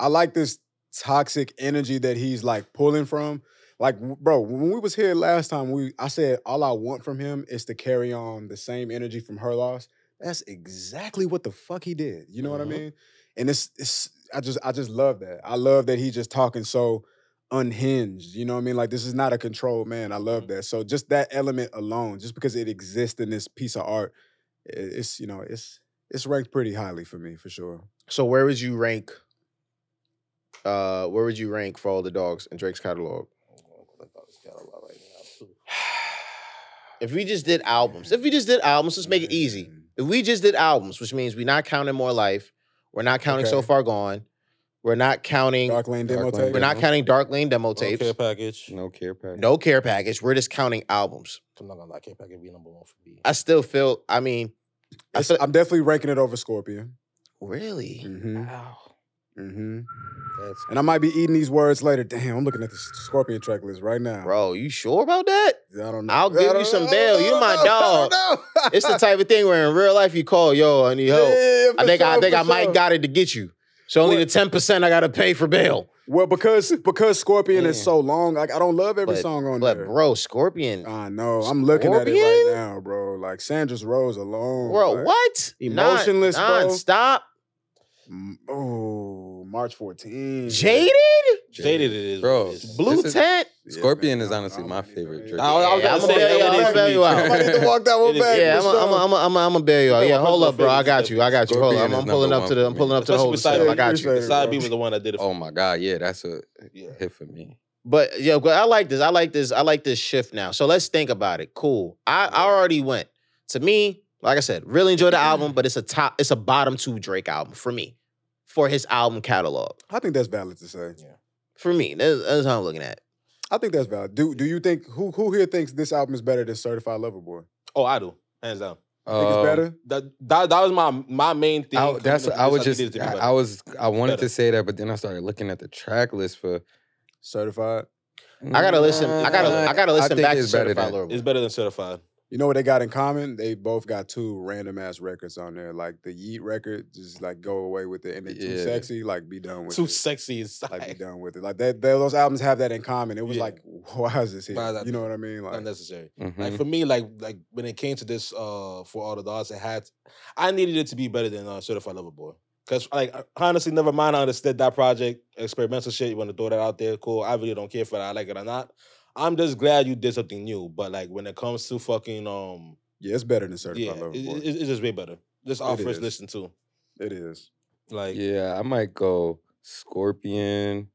S5: I like this toxic energy that he's like pulling from. Like, w- bro, when we was here last time, we I said all I want from him is to carry on the same energy from her loss. That's exactly what the fuck he did. You know
S3: Mhm.
S5: what I mean? And it's, it's I just I just love that. I love that he just talking so unhinged. You know what I mean? Like this is not a controlled man. I love
S3: Mhm.
S5: that. So just that element alone, just because it exists in this piece of art, i- it's you know it's it's ranked pretty highly for me for sure.
S1: So where would you rank? Uh, where would you rank for all the dogs in Drake's catalog? If we just did albums, if we just did albums, let's make it easy.
S5: Man.
S1: If we just did albums, which means we're not counting More Life, we're not counting So
S5: Okay.
S1: Far Gone, we're not counting
S5: Dark Lane
S2: Dark
S5: demo
S2: Lane
S5: tape.
S1: We're not
S2: Mhm.
S1: counting Dark Lane demo tapes.
S3: Tapes. Care package.
S2: No care package.
S1: No care package. We're just counting albums.
S3: I'm not gonna lie. Care package be number one for me.
S1: I still feel. I mean, I
S5: It's-
S1: feel
S5: I'm definitely ranking it over Scorpion.
S1: really.
S5: Mm-hmm.
S3: Wow.
S5: Mm-hmm.
S3: That's
S5: And I might be eating these words later. Damn, I'm looking at the S- Scorpion track list right now.
S1: Bro, you sure about that?
S5: I don't know.
S1: I'll
S5: I
S1: give you
S5: don't
S1: some
S5: know.
S1: bail.
S5: I
S1: You
S5: don't
S1: my
S5: know. I
S1: dog.
S5: don't know.
S1: It's the type of thing where in real life you call, yo, I need help.
S5: Yeah, for
S1: I think I
S5: sure,
S1: think
S5: for
S1: I might
S5: sure.
S1: got it to get you. So only
S5: What?
S1: the ten percent I gotta pay for bail.
S5: Well, because because Scorpion is
S2: Yeah.
S5: so long, like I don't love every
S1: But-
S5: song on
S1: But
S5: there.
S1: bro, Scorpion,
S5: I know. I'm looking at it right
S1: Scorpion?
S5: now, bro. Like Sandra's Rose alone.
S1: bro,
S5: like,
S1: what?
S5: Emotionless, bro.
S1: non, stop.
S5: mm, Oh, March 14.
S1: Jaded,
S3: Jaded it is,
S2: Bro.
S3: what it is.
S1: blue
S2: This is-
S1: tent.
S2: Scorpion is
S5: no,
S2: honestly
S5: I
S2: my
S5: might need to
S2: favorite
S5: leave.
S2: Drake.
S3: I was- I was
S1: Yeah,
S3: about
S1: I'm
S3: to
S1: gonna
S3: say
S1: bail
S3: it
S1: you. I'm
S3: is
S1: gonna
S3: for
S1: bail
S3: me.
S1: you
S5: I
S1: out.
S5: might need to walk that
S3: It
S5: one
S3: is-
S5: back.
S1: Yeah,
S5: for
S1: I'm a, I'm
S5: sure.
S1: a, I'm a, I'm a, I'm a bail you out.
S3: No,
S1: Yeah,
S3: my
S1: hold up,
S3: personal
S1: bro. I
S3: favorite
S1: got
S3: is
S1: you. I got you. Hold
S2: Scorpion
S1: up. I'm,
S2: is
S1: I'm pulling up to
S2: number one
S1: the.
S2: for
S1: I'm
S2: me.
S1: pulling up to the
S3: Especially
S1: whole
S3: with Side
S1: distillery. I
S3: B.
S1: got
S5: Appreciate
S1: you.
S5: it,
S3: Side
S5: bro.
S3: B was the one that did it. For
S2: Oh
S3: me.
S2: my God, yeah, that's a
S3: Yeah.
S2: hit for me.
S1: But yeah, but I like this. I like this. I like this shift now. So let's think about it. Cool. I, I already went. To me, like I said, really enjoy the album, but it's a top. It's a bottom two Drake album for me, for his album catalog.
S5: I think that's valid to say.
S1: For me, that's, that's how I'm looking at. it.
S5: I think that's valid. Do do you think who who here thinks this album is better than Certified Lover Boy?
S3: Oh, I do. Hands down.
S5: Think it's
S2: Um,
S5: better?
S3: That that, that was my my main thing.
S2: I,
S3: coming
S2: that's
S3: into
S2: I
S3: this,
S2: was
S3: think it is
S2: just
S3: to be
S2: I,
S3: better.
S2: I was I wanted
S3: Better.
S2: to say that, but then I started looking at the track list for.
S5: Certified.
S1: I gotta listen. I gotta. I gotta listen
S2: Mm, think
S1: back to
S2: it's better
S1: Certified
S2: than-
S1: Lover.
S3: It's
S1: Boy.
S3: better than certified.
S5: You know what they got in common? They both got two random ass records on there. Like the Yeet record, just like go away with it, and they too
S2: Yeah.
S5: sexy, like be done with
S3: Too
S5: it.
S3: sexy
S5: like be
S3: inside.
S5: done with it. Like that, those albums have that in common. It was
S3: Yeah.
S5: like, why is this here?
S3: Why is that
S5: You know what I mean? Like,
S3: Unnecessary.
S2: Mhm.
S5: Mm-hmm.
S3: Like for me, like like when it came to this, uh, for all the dogs, it had, I needed it to be better than uh, Certified Lover Boy. Cause like uh, honestly, never mind. I understood that project, experimental shit. You want to throw that out there, cool. I really don't care for that. I like it or not. I'm just glad you did something new. But like when it comes to fucking um,
S5: yeah, it's better than Certified
S3: yeah,
S5: Lover
S3: it-
S5: Boy.
S3: it- it's just way better. Just our
S5: It
S3: first
S5: is.
S3: listen too.
S5: it is.
S3: Like
S2: yeah, I might go Scorpion.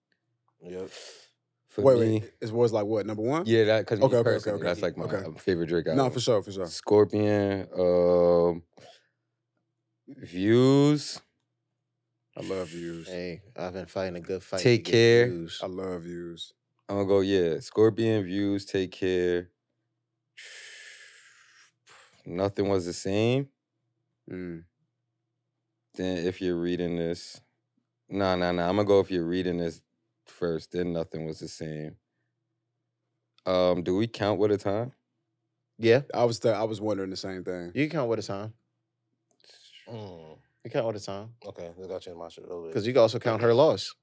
S3: yep.
S2: For
S5: Wait,
S2: me,
S5: wait. It was like what number one?
S2: yeah, that because
S5: Okay, okay, okay, okay.
S2: that's like my
S5: Okay.
S2: um, favorite Drake album.
S5: No, for sure, for sure.
S2: Scorpion, um, views.
S5: I love views.
S1: Hey, I've been fighting a good fight. to
S2: Take
S1: get
S2: care.
S1: views.
S5: I love views.
S2: I'm gonna go, yeah. Scorpion views, take care. Nothing was the same.
S5: Mm.
S2: Then if you're reading this, no, no, no. I'm gonna go if you're reading this first. Then nothing was the same. Um, do we count what a time?
S1: Yeah,
S5: I was th- I was wondering the same thing.
S1: you can count with a time.
S3: Mm,
S1: You count with a time
S3: okay, I got you in my shit a little bit.
S1: because you can also count her loss.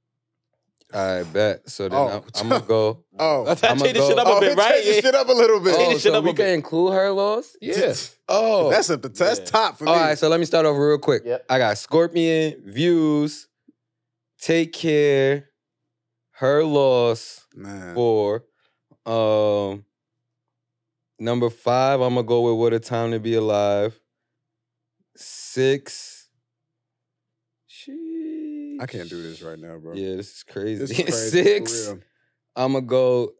S2: I bet. So then
S5: Oh,
S2: I'm, I'm gonna go.
S5: Oh,
S3: That's how I
S2: I'ma
S3: changed the shit
S2: go-
S3: up a bit,
S5: it
S3: right?
S5: changed the shit up a little bit.
S3: Change
S2: Oh,
S3: the shit
S2: so
S3: up
S2: we
S3: a bit.
S2: can include her loss.
S1: Yeah.
S2: Oh,
S5: that's a that's
S3: Yeah.
S5: top for me.
S2: All right, so let me start off real quick.
S1: Yep.
S2: I got Scorpion, Views, Take Care, Her Loss,
S5: Man,
S2: four. Um, number five, I'm going to go with What a Time to Be Alive. Six.
S5: I can't do this right now, bro.
S2: Yeah, this is
S5: This
S2: crazy.
S5: is crazy, for
S2: Six,
S5: real.
S2: I'm going to go.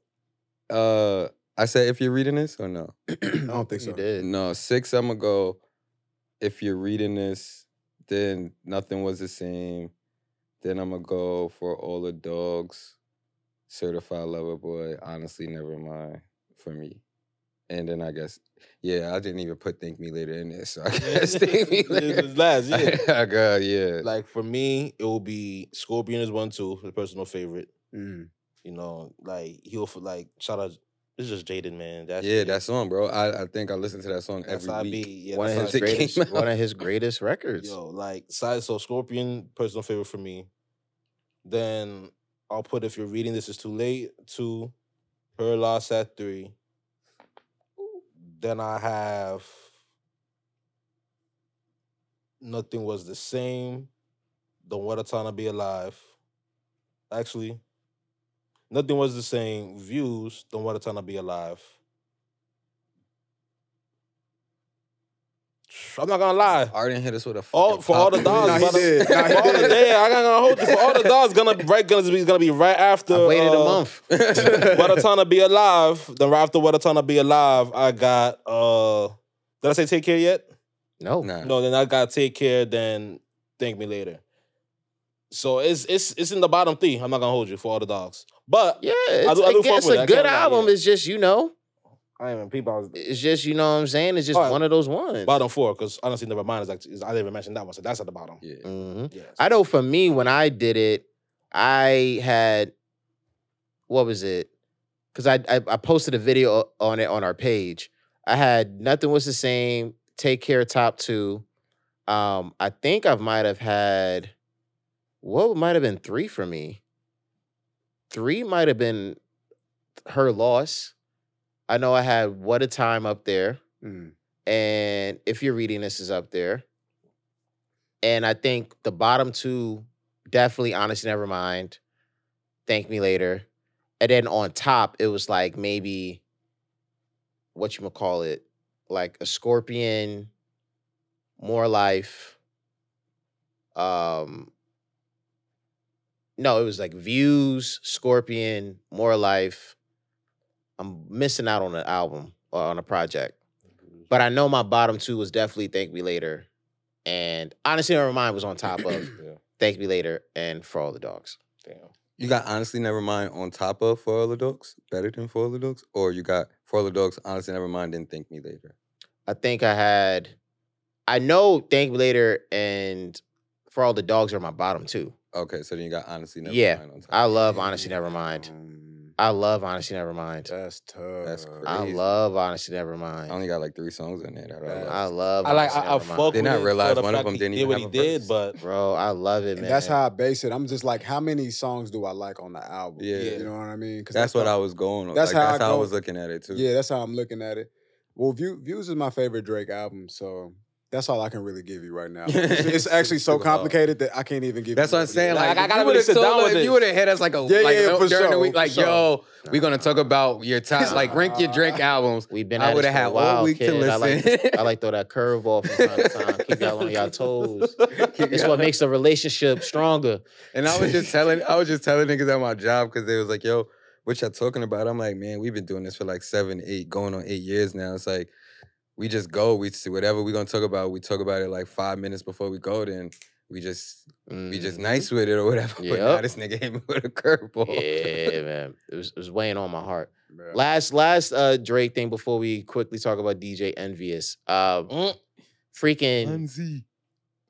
S2: Uh, I said, if you're reading this or no?
S5: I don't think so.
S1: You did.
S2: No, uh, six, I'm gonna go. If you're reading this, then nothing was the same. Then I'm gonna go for all the dogs, certified lover boy. Honestly, never mind for me. And then I guess, yeah, I didn't even put thank me later in there, so I guess thank me
S3: It
S2: later.
S3: was last, yeah.
S2: I got yeah.
S3: Like for me, it will be Scorpion is one too, his personal favorite.
S5: Mm.
S3: You know, like he'll for like shout out. It's just Jaden, man. That's
S2: yeah,
S3: it.
S2: that song, bro. I, I think I listen to that song
S3: that's
S2: every
S3: how I
S2: week.
S3: be. Yeah,
S1: One of
S3: that's
S1: his
S3: how I be.
S2: came
S1: greatest.
S2: out.
S1: One of his greatest records.
S3: Yo, like side so Scorpion, personal favorite for me. Then I'll put if you're reading this is too late two, her loss at three. Then I have nothing was the same. Don't what a time to be alive. Actually, nothing was the same. Views. Don't what a time to be alive. I'm not gonna lie.
S2: Arden hit us with a
S3: All
S2: fucking
S3: for all the
S2: pop
S3: dogs,
S5: Nah,
S2: quiz.
S5: he
S3: brother.
S5: did. Nah, he
S3: For all the,
S5: did.
S3: yeah, I gotta hold you. For all the dogs, gonna right gonna be gonna be right after.
S1: I waited a
S3: uh,
S1: month.
S3: Watatana be alive. Then right after Watatana be alive, I got. uh Did I say take care yet?
S1: No,
S2: Nah.
S3: No. Then I got take care. Then thank me later. So it's it's it's in the bottom three. I'm not gonna hold you for all the dogs, but
S1: yeah, it's,
S3: do- I do
S1: again,
S3: fuck
S1: it's
S3: with it.
S1: a
S3: I
S1: good
S3: can't lie, yeah.
S1: album. It's just you know,
S3: I ain't even people. I was
S1: it's just you know what I'm saying. It's just
S3: Alright.
S1: one of those ones.
S3: bottom four because honestly, never mind. Is like is, I didn't even mention that one, so that's at the bottom.
S2: Yeah.
S1: hmm
S3: Yeah.
S1: I know for me, when I did it, I had what was it? Because I, I I posted a video on it on our page. I had nothing was the same. Take care, top two. Um, I think I might have had what might have been three for me. Three might have been her loss. I know I had what a time up there
S5: Mm.
S1: and if you're reading this is up there and i think the bottom two definitely honestly never mind thank me later and then on top it was like maybe what you call it like a scorpion more life um no it was like views scorpion more life i'm missing out on an album or on a project but I know my bottom two was definitely Thank Me Later. And honestly, never mind was on top of
S3: Yeah.
S1: Thank Me Later and For All the Dogs.
S3: Damn.
S2: You got honestly never mind on top of for all the dogs, better than for all the dogs, or you got for all the dogs honestly never mind and thank me later.
S1: I think I had, I know Thank Me Later and For All the Dogs are my bottom two.
S2: Okay, so then you got honestly never
S1: Yeah,
S2: mind on top.
S1: I love Honestly Nevermind.
S5: mm, Um,
S1: I love Honestly Nevermind.
S5: that's tough.
S2: That's crazy.
S1: I love Honestly
S2: I
S1: Nevermind.
S2: only got like three songs in there that I
S5: That's-
S2: love.
S1: I love.
S3: I like.
S1: Honestly
S3: I, I
S1: Nevermind.
S3: fuck.
S2: Did
S3: with
S2: not
S3: it for
S2: realize
S3: the
S2: one of
S3: fact
S2: them
S3: he
S2: didn't
S3: did
S2: even
S3: what
S2: have
S3: he
S2: a
S3: did,
S2: verse.
S3: but
S1: bro. I love it,
S5: And
S1: man.
S5: that's how I base it. I'm just like, how many songs do I like on the album?
S2: Yeah.
S5: you know what I mean. 'Cause
S2: That's what
S5: how-
S2: I was going on.
S5: that's
S2: That's like,
S5: how
S2: how, that's
S5: I
S2: how I
S5: go-
S2: was looking at it too.
S5: Yeah, that's how I'm looking at it. Well, View, Views is my favorite Drake album, so that's all I can really give you right now. It's, it's actually so
S2: Too hard.
S5: complicated that I can't even give.
S2: That's
S5: you
S2: what I'm
S5: really-
S2: saying. Like,
S3: Like, I
S2: if
S3: gotta
S2: you
S3: really
S2: would've
S3: sit
S2: told
S3: down
S2: us-
S3: with
S2: if
S3: this.
S2: you would have hit us like a
S5: Yeah,
S2: like
S5: yeah,
S2: no-
S5: for
S2: during the
S5: sure,
S2: week,
S5: for
S2: like
S5: sure.
S2: yo, we're gonna talk about your top
S5: Nah.
S2: like rank your Drake albums.
S1: We've been.
S2: I
S1: at
S2: would
S1: would
S2: have had
S1: a
S2: all
S1: while,
S2: week
S1: kid.
S2: to
S1: I like.
S2: listen.
S1: I like throw that curveball from time to time. Keep y'all on y'all toes. It's what makes a relationship stronger.
S2: And I was just telling, I was just telling niggas at my job because they was like, "Yo, what y'all talking about? I'm like, man, we've been doing this for like seven, eight, going on eight years now. It's like we just go, we see whatever we're gonna talk about, we talk about it like five minutes before we go, then we just we just
S1: Mhm.
S2: nice with it or whatever. But now
S1: Yep.
S2: this nigga hit me with a curveball.
S1: Yeah, man. It was, it was weighing on my heart.
S5: Bruh.
S1: Last last uh Drake thing before we quickly talk about DJ Envious. Uh,
S2: Mm.
S1: freaking
S2: Lindsay.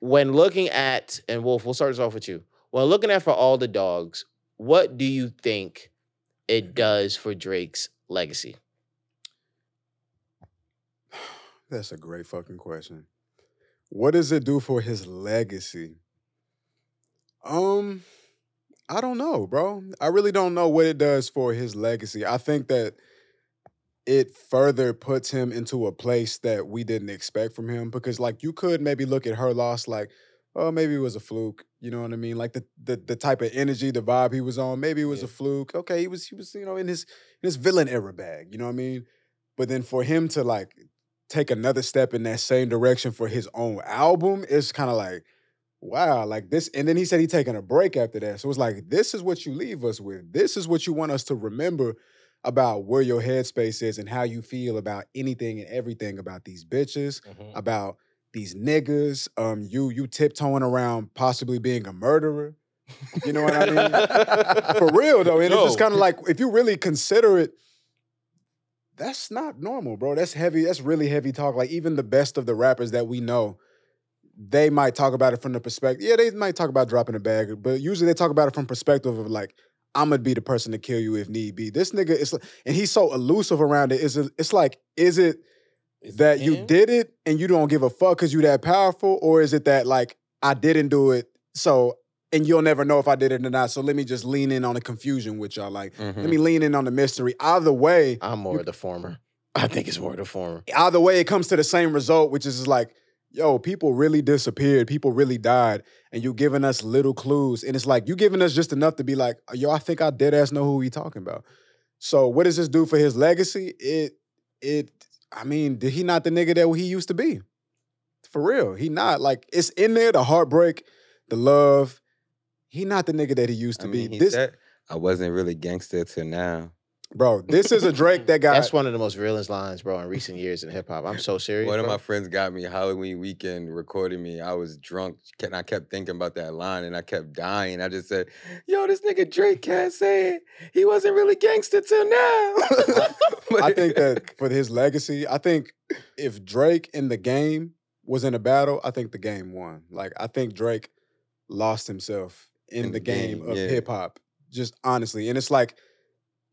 S1: when looking at and Wolf, we'll start this off with you. When looking at for all the dogs, what do you think
S2: Mm-hmm.
S1: it does for Drake's legacy?
S5: That's a great fucking question. What does it do for his legacy? Um, I don't know, bro. I really don't know what it does for his legacy. I think that it further puts him into a place that we didn't expect from him because like you could maybe look at her loss like oh maybe it was a fluke you know what i mean like the the, the type of energy the vibe he was on maybe it was
S3: Yeah.
S5: a fluke okay he was he was you know in his in his villain era bag you know what i mean but then for him to like take another step in that same direction for his own album it's kind of like wow like this and then he said he taking a break after that so it's like this is what you leave us with this is what you want us to remember about where your headspace is and how you feel about anything and everything about these bitches
S3: Mhm.
S5: about these niggas um you you tiptoeing around possibly being a murderer you know what i mean for real though. And it's just
S3: Yo.
S5: kind of like if you really consider it, that's not normal, bro. That's heavy. That's really heavy talk. Like even the best of the rappers that we know, they might talk about it from the perspective. Yeah, they might talk about dropping a bag, but usually they talk about it from perspective of like. I'm gonna be the person to kill you if need be. This nigga is, like- and he's so elusive around it. Is it? It's like, is it
S3: Is it
S5: that you
S1: Mm.
S3: him?
S5: did it and you don't give a fuck because you that powerful, or is it that like I didn't do it, so and you'll never know if I did it or not. So let me just lean in on the confusion with y'all. Like, let
S3: Mm-hmm.
S2: Mhm.
S5: me lean in on the mystery. Either way,
S1: I'm more of the former. I think it's more of the former.
S5: either way, it comes to the same result, which is just like, yo, people really disappeared, people really died, and you giving us little clues, and it's like you giving us just enough to be like, "Uh, yo, I think I dead ass know who we talking about. So what does this do for his legacy? It, it, I mean, did he not the nigga that he used to be? For real, he not like it's in there. The heartbreak, the love. He not the nigga that he
S2: I
S5: used to
S2: mean,
S5: be.
S2: he
S5: This
S2: said, I wasn't really gangster till now.
S5: bro, this is a Drake that got
S1: That's one of the most realest lines, bro, in recent years in hip hop. I'm so serious.
S2: One of
S1: bro.
S2: my friends got me Halloween weekend, recorded me. I was drunk, ke- and I kept thinking about that line, and I kept dying. I just said, "Yo, this nigga Drake can't say it. He wasn't really gangster till now."
S5: I think that for his legacy, I think if Drake in the game was in a battle, I think the game won. Like I think Drake lost himself in, the, game, of
S2: yeah.
S5: hip hop, just honestly. And it's like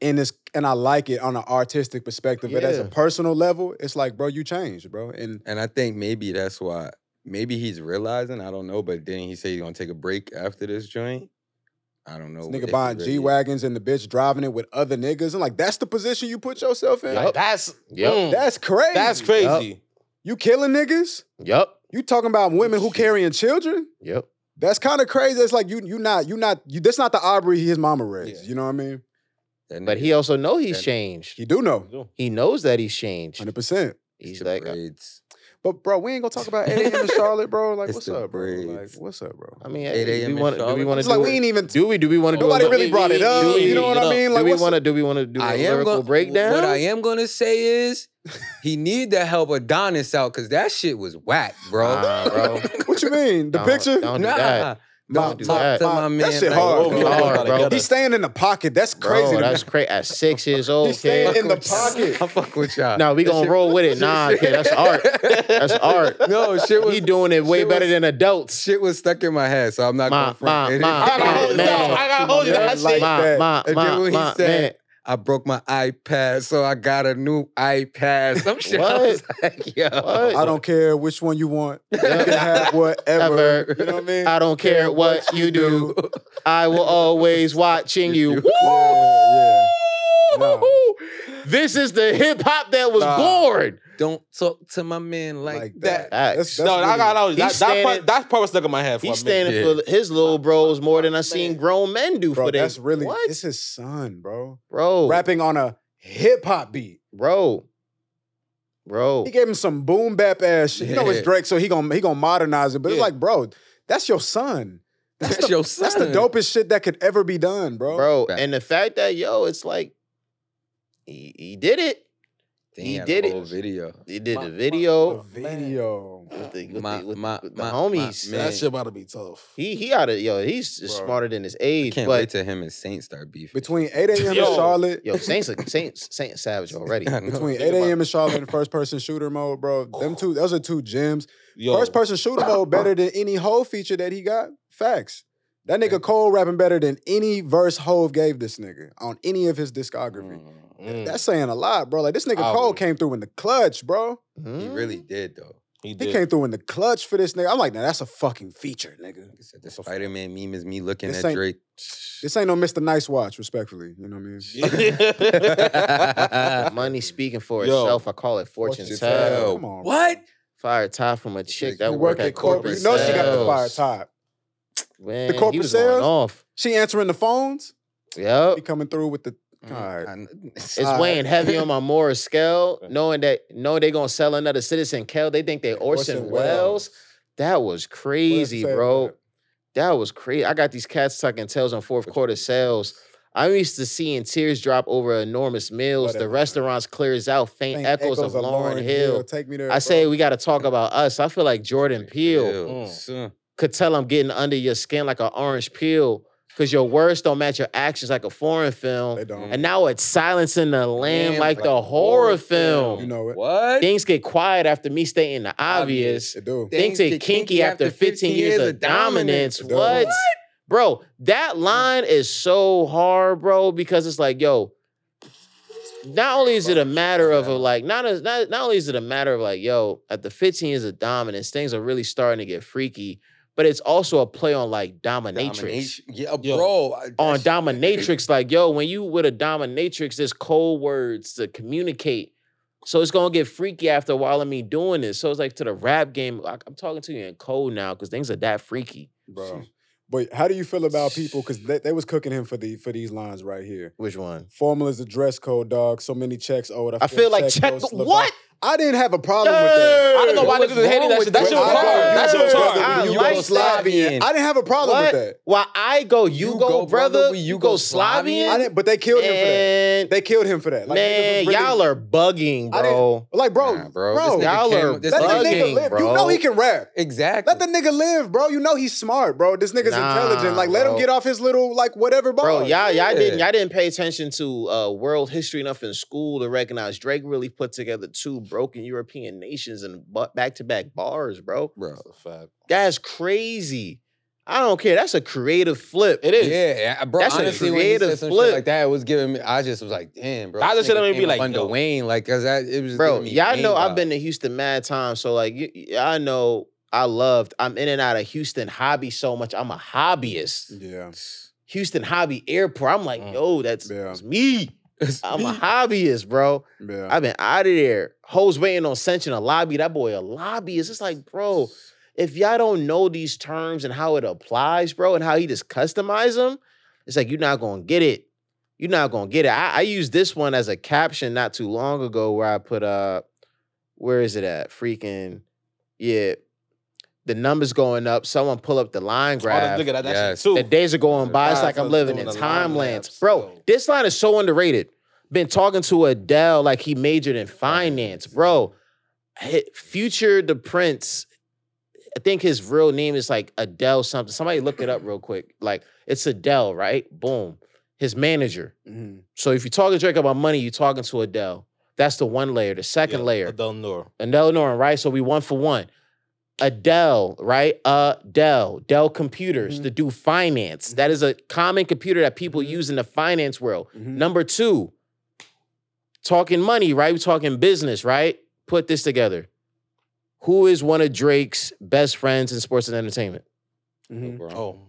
S5: in this, and I like it on an artistic perspective, but as a
S1: Yeah.
S5: personal level, it's like, bro, you changed, bro. And
S2: and I think maybe that's why. Maybe he's realizing. I don't know. But then he say he's gonna take a break after this joint. I don't know.
S5: this
S2: if
S5: nigga
S2: he
S5: buying
S2: Oh, really
S5: G
S2: is.
S5: wagons and the bitch driving it with other niggas, and like that's the position you put yourself in.
S1: Yup.
S3: That's
S1: Yep.
S3: mm,
S5: That's crazy.
S3: that's crazy.
S5: You killing niggas?
S2: mm.
S1: Yep.
S5: You talking about women who
S3: Shit.
S5: carrying children?
S1: Yep.
S5: That's kind of crazy. It's like you you not you not you that's not the Aubrey his mama raised.
S3: Yeah.
S5: You know what I mean?
S2: That
S1: But
S2: nigga
S1: he also know he's
S2: And-
S1: changed.
S5: He do know.
S3: Yo.
S1: He knows that he's changed.
S5: Hundred percent.
S1: He's
S2: the
S1: like, uh, I
S2: braids.
S5: But bro, we ain't gonna talk about 8 a.m. in Charlotte, bro. Like,
S2: It's
S5: what's
S2: the
S5: up, bro? Like,
S2: braids.
S5: what's up, bro?
S1: I mean,
S2: 8
S1: hey, do
S2: a.m.
S1: we
S2: in
S1: want to do we
S2: Charlotte?
S1: want to
S5: It's like
S1: do
S5: we ain't
S1: it?
S5: even
S1: Do we do we want to do
S5: nobody
S1: a,
S5: really
S1: li-
S5: brought it up.
S1: we-
S5: you know what I
S1: no.
S5: mean? Like
S1: do we
S5: what's
S1: want
S5: up?
S1: to do we want to do a
S2: I am
S1: lyrical
S2: gonna,
S1: breakdown?
S2: What I am gonna say is he need to help Adonis out because that shit was whack, bro.
S1: Nah, bro.
S5: what you mean? The
S1: Don't-
S5: picture?
S1: don't- do
S2: nah,
S1: that.
S5: My-
S1: don't do
S5: my-
S1: that.
S2: Talk to
S5: my-
S2: my
S5: that
S2: man,
S5: shit
S2: like,
S5: hard,
S2: what
S5: bro.
S2: we
S1: Hard,
S2: gotta
S1: bro.
S3: get
S5: He's staying in the pocket. That's crazy.
S1: Bro,
S5: to me.
S1: that's crazy. At six years old,
S5: He's staying
S1: kid.
S5: in the
S2: Fuck with-
S5: pocket.
S2: I fuck with y'all.
S1: Nah, we
S2: That
S1: gonna
S2: shit-
S1: roll with it. Nah, kid, that's art. That's art.
S2: No, shit was
S1: He doing it way
S2: shit
S1: better
S2: was-
S1: than adults.
S2: shit was stuck in my head, so I'm not
S1: Ma,
S2: gonna front
S1: ma,
S2: it.
S1: ma, I gotta hold it down.
S2: Man,
S1: I
S3: gotta hold it
S5: down. I see.
S1: My, my,
S2: And then
S1: my,
S2: what he
S1: my,
S2: said,
S1: man.
S2: I broke my iPad, so I got a new iPad. Some shit. I was like, yo.
S1: What?
S5: I don't care which one you want. You can have
S1: Ever.
S5: whatever. You know what I mean?
S1: I don't care what you do. I will always watching you.
S5: Yeah, yeah. Nah.
S1: This is the hip hop that was
S5: Nah.
S1: born.
S2: Don't talk to my man like, that.
S1: Facts.
S3: No, I got that, that,
S1: He's
S3: that,
S1: standing-
S3: part, that part was stuck in my head for
S1: He's
S3: a minute.
S1: standing for his little bros more than I seen
S3: Man.
S1: grown men do
S5: bro,
S1: for this.
S5: that's really
S1: what, Oh.
S5: it's his son, bro.
S1: bro,
S5: Rapping on a hip hop beat.
S1: bro, bro.
S5: He gave him some boom bap ass shit. You know it's
S2: Yeah.
S5: Drake, so he gonna he gonna modernize it. But it's
S3: Yeah.
S5: like, bro, that's your son.
S2: That's,
S5: the,
S2: your son.
S5: That's the dopest shit that could ever be done, bro.
S1: bro.
S2: Fact.
S1: And the fact that yo, it's like He, he did it.
S2: Then
S1: He
S2: had
S1: did
S2: a
S1: it.
S2: whole video.
S1: He did
S3: My-
S1: the
S5: The
S3: my-
S1: video
S5: video.
S1: with the, with
S2: My-
S1: the, with,
S2: my-
S1: with the
S2: my- my
S1: homies.
S2: man-
S3: That shit about to be tough.
S1: he he out of yo. He's just
S5: Bro.
S1: smarter than his age.
S2: Can't
S1: but
S2: wait till him and Saint start beefing.
S5: Between 8 a.m. in
S3: Yo.
S5: Charlotte,
S1: yo, Saints are- Saints Saint Savage already.
S2: I know.
S5: between
S3: think
S5: 8
S3: about-
S5: a.m. in Charlotte and first person shooter mode, bro. Them two, those are two gems.
S3: Yo,
S5: First person shooter mode better than any whole feature that he got. Facts. That nigga Cole rapping better than any verse Hove gave this nigga on any of his discography.
S2: Mm,
S3: mm,
S5: That's saying a lot, bro. Like this nigga
S3: I
S5: Cole
S3: would-
S5: came through in the clutch, bro.
S2: He
S1: Hmm?
S2: really did though.
S3: he
S5: He
S3: did.
S5: came through in the clutch for this nigga. I'm like, nah, that's a fucking feature, nigga.
S2: He said the Spider Man meme is me looking
S5: This
S2: at
S5: ain't-
S2: Drake.
S5: This ain't no Mr. Nice Watch, respectfully. You know what I mean?
S1: money speaking for
S3: Yo.
S1: itself. I call it fortune
S2: Fortune
S1: tell.
S2: tell.
S5: Come on. bro.
S2: What?
S1: Fire top from a chick that
S5: You
S1: work at corporate.
S5: You know she got the fire
S1: sales.
S5: top.
S1: Man, he
S5: corporate
S1: was going
S5: sales?
S1: off.
S5: She answering the phones.
S1: Yep.
S5: He coming through with the. Alright.
S2: It's
S1: It's
S5: Alright.
S1: weighing heavy on my moral scale,
S3: Okay.
S1: knowing that knowing they're gonna sell another citizen Kel. They think they Orson,
S5: Orson
S1: Welles.
S5: Welles.
S1: That was crazy,
S5: What it say
S1: bro.
S5: about it?
S1: That was crazy. I got these cats sucking tails on fourth quarter sales. I'm used to seeing tears drop over enormous meals. The
S5: Whatever.
S1: restaurants clears out faint,
S5: Think
S1: echoes, of Lauren, Hill.
S5: Take me there.
S1: I say we got to talk about us. I feel like Jordan Peele
S3: Mm.
S2: So,
S1: could tell I'm getting under your skin like an orange peel because your words don't match your actions like a foreign film.
S5: They don't.
S1: And now it's silencing the lamb like, the horror film.
S5: You know it.
S2: What?
S1: Things get quiet after me stating the obvious.
S5: It do.
S1: Things get kinky after 15 years of dominance.
S5: Dude.
S1: What? Bro, that line is so hard, bro, because it's like, yo, not only is it a matter of a, like, not as not, not only is it a matter of like, yo, at the 15 years of dominance, things are really starting to get freaky, but it's also a play on like dominatrix.
S2: Domination. Yeah,
S3: Yo.
S2: bro. I- that
S1: On
S2: shit-
S1: dominatrix, like, yo, when you with a dominatrix, there's code words to communicate. So it's gonna get freaky after a while of me doing this. So it's like to the rap game, like, I'm talking to you in code now because things are that freaky.
S5: bro. But how do you feel about people? Because they, they was cooking him for the for these lines right here.
S1: Which one?
S5: Formal is a dress code, dog. So many checks owed.
S1: I feel like check
S5: goes to LeBron.
S1: what?
S5: I didn't have a problem with that.
S1: I don't know why
S2: What
S1: niggas
S2: is
S1: is hating that
S2: wrong
S1: shit.
S2: with
S1: That
S2: you?
S1: shit was
S2: I
S1: hard.
S2: don't
S1: That shit was
S2: know.
S1: hard. I
S2: You
S1: like
S2: go
S1: that.
S2: Slavian.
S5: I didn't have a problem
S1: What?
S5: with that.
S1: Why I go, you,
S2: You
S1: go,
S2: go, brother,
S1: brother.
S2: we
S1: You go
S2: Yugoslavian?
S1: Slavian.
S5: I didn't. But they killed him for that.
S1: Man,
S5: They killed him for that. Like, niggas
S1: man
S5: was really-
S1: y'all are bugging,
S5: I didn't-
S1: bro.
S5: like, bro,
S2: Nah,
S5: bro,
S2: bro, this nigga
S1: Y'all
S2: came-
S1: are
S2: this
S5: let the
S1: bugging,
S5: nigga live.
S1: bro.
S5: You know he can rap.
S2: Exactly.
S5: Let the nigga live, bro. You know he's smart, bro. This nigga's
S1: Nah,
S5: intelligent. Like, let him
S1: bro.
S5: get off his little like whatever bars.
S1: Bro, y'all, y'all didn't,
S2: yeah.
S1: y'all didn't pay attention to uh, world history enough in school to recognize Drake really put together two broken European nations and back to back bars, bro.
S2: bro.
S3: That's a fact.
S1: That's crazy. I don't care. That's a creative flip. It
S2: Yeah, I- bro.
S1: That's a
S2: honestly, when he
S1: creative
S2: said some
S1: flip.
S2: shit like that, it was giving me. I just was like, damn, bro.
S3: That
S2: this
S3: just shit
S2: nigga
S3: made me
S2: came
S3: be
S2: up
S3: like,
S2: under
S3: yo.
S2: Wayne, like, cause that it was. just
S1: bro
S2: giving me
S1: y'all
S2: Wayne
S1: know i've
S2: vibes.
S1: been to houston mad times so like y- y'all know i loved i'm in and out of houston hobby so much i'm a hobbyist
S5: Yeah,
S1: houston hobby airport i'm like
S3: Mm.
S1: yo that's,
S5: Yeah.
S1: that's me i'm a hobbyist bro
S5: yeah.
S1: i've been out of there hoes waiting on cinch in a lobby that boy a lobbyist it's like bro if y'all don't know these terms and how it applies bro and how he just customize them it's like you're not gonna get it you're not gonna get it i, I used this one as a caption not too long ago where i put uh where is it at? Freaking, yeah. The numbers going up. Someone pull up the line
S3: Oh, that
S1: graph.
S3: nigga, that, that
S2: Yes.
S3: shit too.
S1: the days are going by. It's
S3: Guys
S1: like I'm
S3: are
S1: living in
S3: doing a lot of
S1: time lands.
S3: laps,
S1: Bro,
S3: yo.
S1: this line is so underrated. Been talking to Adele like he majored in finance. Bro, Hi- Future the Prince, I think his real name is like Adele something. Somebody look it up real quick. Like, it's Adele, right? Boom. His manager.
S5: Mhm.
S1: So if you talk to Drake about money, you're talking to Adele. That's the one layer. The second
S3: Yeah,
S1: layer.
S3: Adele Noor.
S1: Adele Norton, right? So we one for one. Adele, right? Uh, Dell, Dell Computers
S5: Mhm.
S1: to do finance. That is a common computer that people use in the finance world.
S5: Mhm.
S1: Number two, talking money, right? We're talking business, right? Put this together. Who is one of Drake's best friends in sports and entertainment? Mm-hmm.
S5: Mhm.
S3: Oh,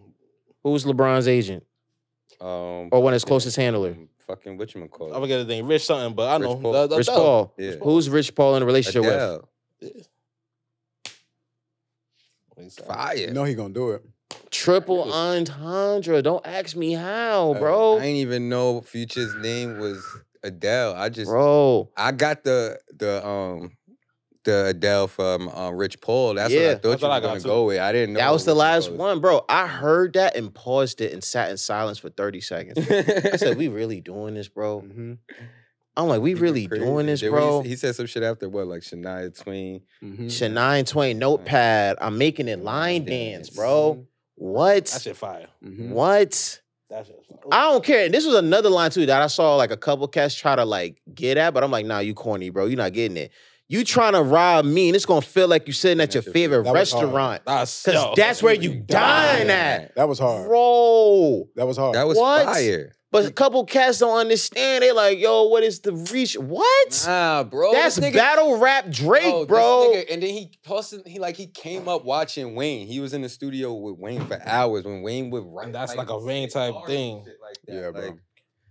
S1: Who's LeBron's agent
S2: Oh,
S3: Mm-hmm.
S2: um,
S1: or one of his closest handler?
S2: fucking what you
S3: I
S2: call
S3: forget his name. Rich something, but I
S2: Rich
S3: know.
S2: Paul.
S3: that- that-
S1: Rich
S3: that-
S1: Paul.
S2: Yeah.
S1: Who's Rich Paul in a relationship with?
S2: Adele,
S3: Exactly.
S5: You
S2: fire.
S5: know he gonna do it.
S1: Triple entendre. Don't ask me how, bro.
S2: I didn't even know Future's name was Adele. I just
S1: Bro.
S2: I got the the um the Adele from um, Rich Paul. That's
S1: Yeah.
S2: what I
S3: That's
S2: thought you
S3: what I
S2: were
S3: got,
S2: gonna
S3: too.
S2: go with. I didn't know
S1: That was the
S2: what you
S1: last
S2: call it.
S1: one, bro. I heard that and paused it and sat in silence for 30 seconds. I said, We really doing this, bro?
S5: Mhm.
S1: I'm like, we
S2: Nigga
S1: really
S2: crazy.
S1: doing this,
S2: Then what he
S1: bro?
S2: said- He, said some shit after what, like Shania Twain.
S5: Mhm.
S1: Shania Twain notepad. I'm making it line dance, bro.
S3: That
S1: What?
S3: shit fire.
S5: Mhm.
S1: What?
S3: That shit fire.
S1: I don't care. And this was another line too that I saw like a couple cats try to like get at, but I'm like, nah, you corny, bro. You're not getting it. You trying to rob me, and it's gonna feel like you sitting at your favorite
S5: That was hard.
S1: restaurant.
S3: That's
S1: Cause
S3: yo,
S1: that's where you dine
S5: dine
S1: at.
S5: That was hard.
S1: Bro.
S5: That was hard.
S2: That was
S1: What?
S2: fire.
S1: But a couple cats don't understand. They like, yo, what is the reach? What?
S2: Nah, bro.
S1: That's
S2: this nigga- Oh,
S1: battle rap Drake,
S2: this
S1: bro.
S2: nigga- and then he posted, he like he came up watching Wayne. He was in the studio with Wayne for hours when Wayne would write.
S3: And that's like a Wayne type
S2: bars and
S3: thing.
S2: shit like that,
S5: Yeah, bro.
S2: like,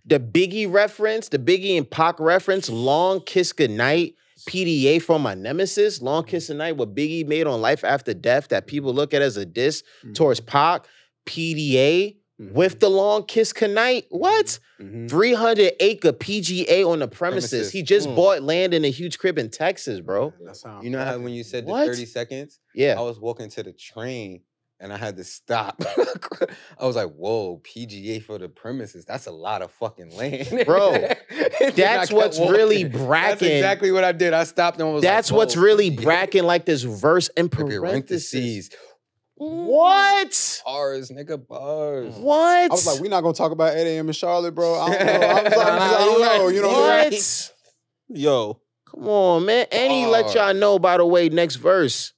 S1: the Biggie reference, the Biggie and Pac reference, Long Kiss Goodnight, PDA from my nemesis, Long
S2: Mm-hmm.
S1: Kiss Goodnight, what Biggie made on Life After Death that people look at as a diss
S2: Mm-hmm.
S5: Mhm.
S1: towards Pac, PDA with the Long Kiss Goodnight. What?
S5: Mhm.
S1: 300 acre PGA on the premises.
S2: Mm-hmm. Premises.
S1: He just
S3: Mm.
S1: bought land in a huge crib in Texas, bro.
S5: That
S4: Oh,
S5: sound
S2: You know how when you said the
S1: What?
S2: 30 seconds, I
S1: Yeah.
S2: was walking to the train and I had to stop. I was like, whoa, PGA for the premises. That's a lot of fucking land.
S1: Bro,
S2: And then I
S1: That's
S2: kept
S1: what's really
S2: walking.
S1: bracking.
S2: That's exactly what I did. I stopped and was like,
S1: That's what's
S2: "Whoa,
S1: really
S2: PGA."
S1: bracking like this verse in
S2: If you rent the
S1: parentheses.
S2: seas, Mm.
S1: What?
S2: bars, nigga, bars.
S1: What?
S5: I was like, we're not gonna talk about 8 a.m. in Charlotte, bro. I don't know. I, was like, I don't know. You know what I mean?
S1: What?
S3: yo.
S1: Come on, man. And he let
S2: Hard.
S1: y'all know, by the way, next verse.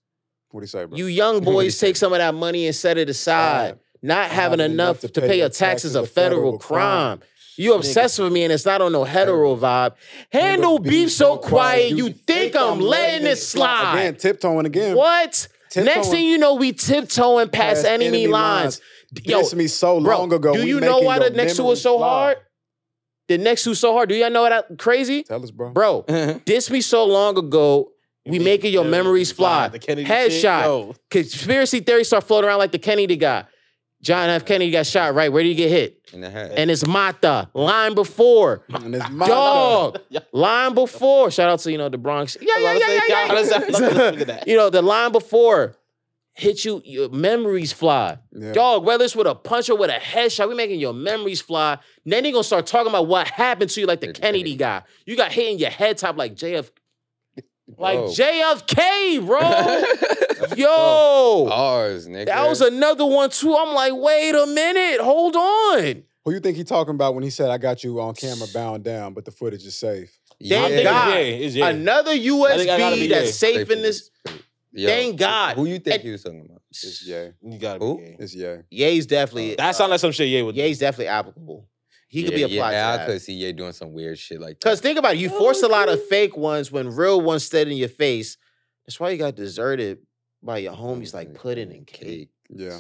S5: What do you say, bro?
S1: You young
S2: What he
S1: boys take
S2: said.
S1: some of that money and set it aside. Not having enough to pay your taxes a federal crime. You
S5: Nigga.
S1: obsessed with me and it's not on no hetero vibe. Handle beef so quiet, you think I'm letting it
S5: Again,
S1: slide.
S5: tiptoeing again.
S1: What?
S5: Tiptoeing
S1: Next thing you know, we tiptoeing past enemy lines. Yo,
S5: Dissed me so
S1: bro,
S5: long ago.
S1: do
S5: we
S1: you know
S5: making
S1: why
S5: your
S1: the next two was
S5: memories
S1: so
S5: fly.
S1: hard? The next two so hard. Do y'all know that crazy?
S5: Tell us, bro.
S1: Bro, diss me so long ago. We making your memories fly.
S3: The Kennedy shit,
S1: Headshot.
S3: yo.
S1: Conspiracy theories start floating around like the Kennedy guy. John F. Kennedy got shot, right? Where did he get hit?
S2: In the head.
S1: And it's Mata. Line before.
S5: And it's my
S1: Dog. Line before. Shout out to, you know, the Bronx. Yeah,
S3: I
S1: yeah,
S3: was
S1: yeah,
S3: about to say,
S1: yeah,
S3: y'all-
S1: yeah.
S3: let's- let's- let's look at that.
S1: You know, the line before hit you, your memories fly.
S5: Yeah.
S1: Dog, whether it's with a punch or with a headshot, we making your memories fly. Then they gonna start talking about what happened to you, like the
S2: Like the
S1: Kennedy
S2: Kennedy.
S1: guy. You got hit in your head top like JF, like
S2: Whoa.
S1: JFK, bro. Yo,
S2: Bars, nigga.
S1: that was another one too. I'm like, wait a minute, hold on.
S5: Who you think he talking about when he said, "I got you on camera bound down, but the footage is safe"?
S1: Thank
S3: I think
S1: God.
S3: It's Jay. It's Jay.
S1: Another
S3: think I gotta
S1: USB
S3: be
S1: that's
S3: gay.
S1: safe in this.
S2: Yo,
S1: Thank God.
S2: Who you think
S1: And-
S2: you was talking about?
S5: It's yeah.
S3: You gotta
S2: Who?
S3: be gay.
S5: It's yeah.
S1: Ye's definitely. uh,
S3: That sounds like some shit Ye would do.
S1: Ye's definitely applicable. He could be
S2: Yeah,
S1: applied
S2: Yeah,
S1: to
S2: I
S1: that.
S2: could see Ye doing some weird shit like
S1: Because
S2: that.
S1: think about it, you forced a lot of fake ones when real ones stayed in your face. That's why you got deserted by your homies like pudding and cake.
S5: Yeah.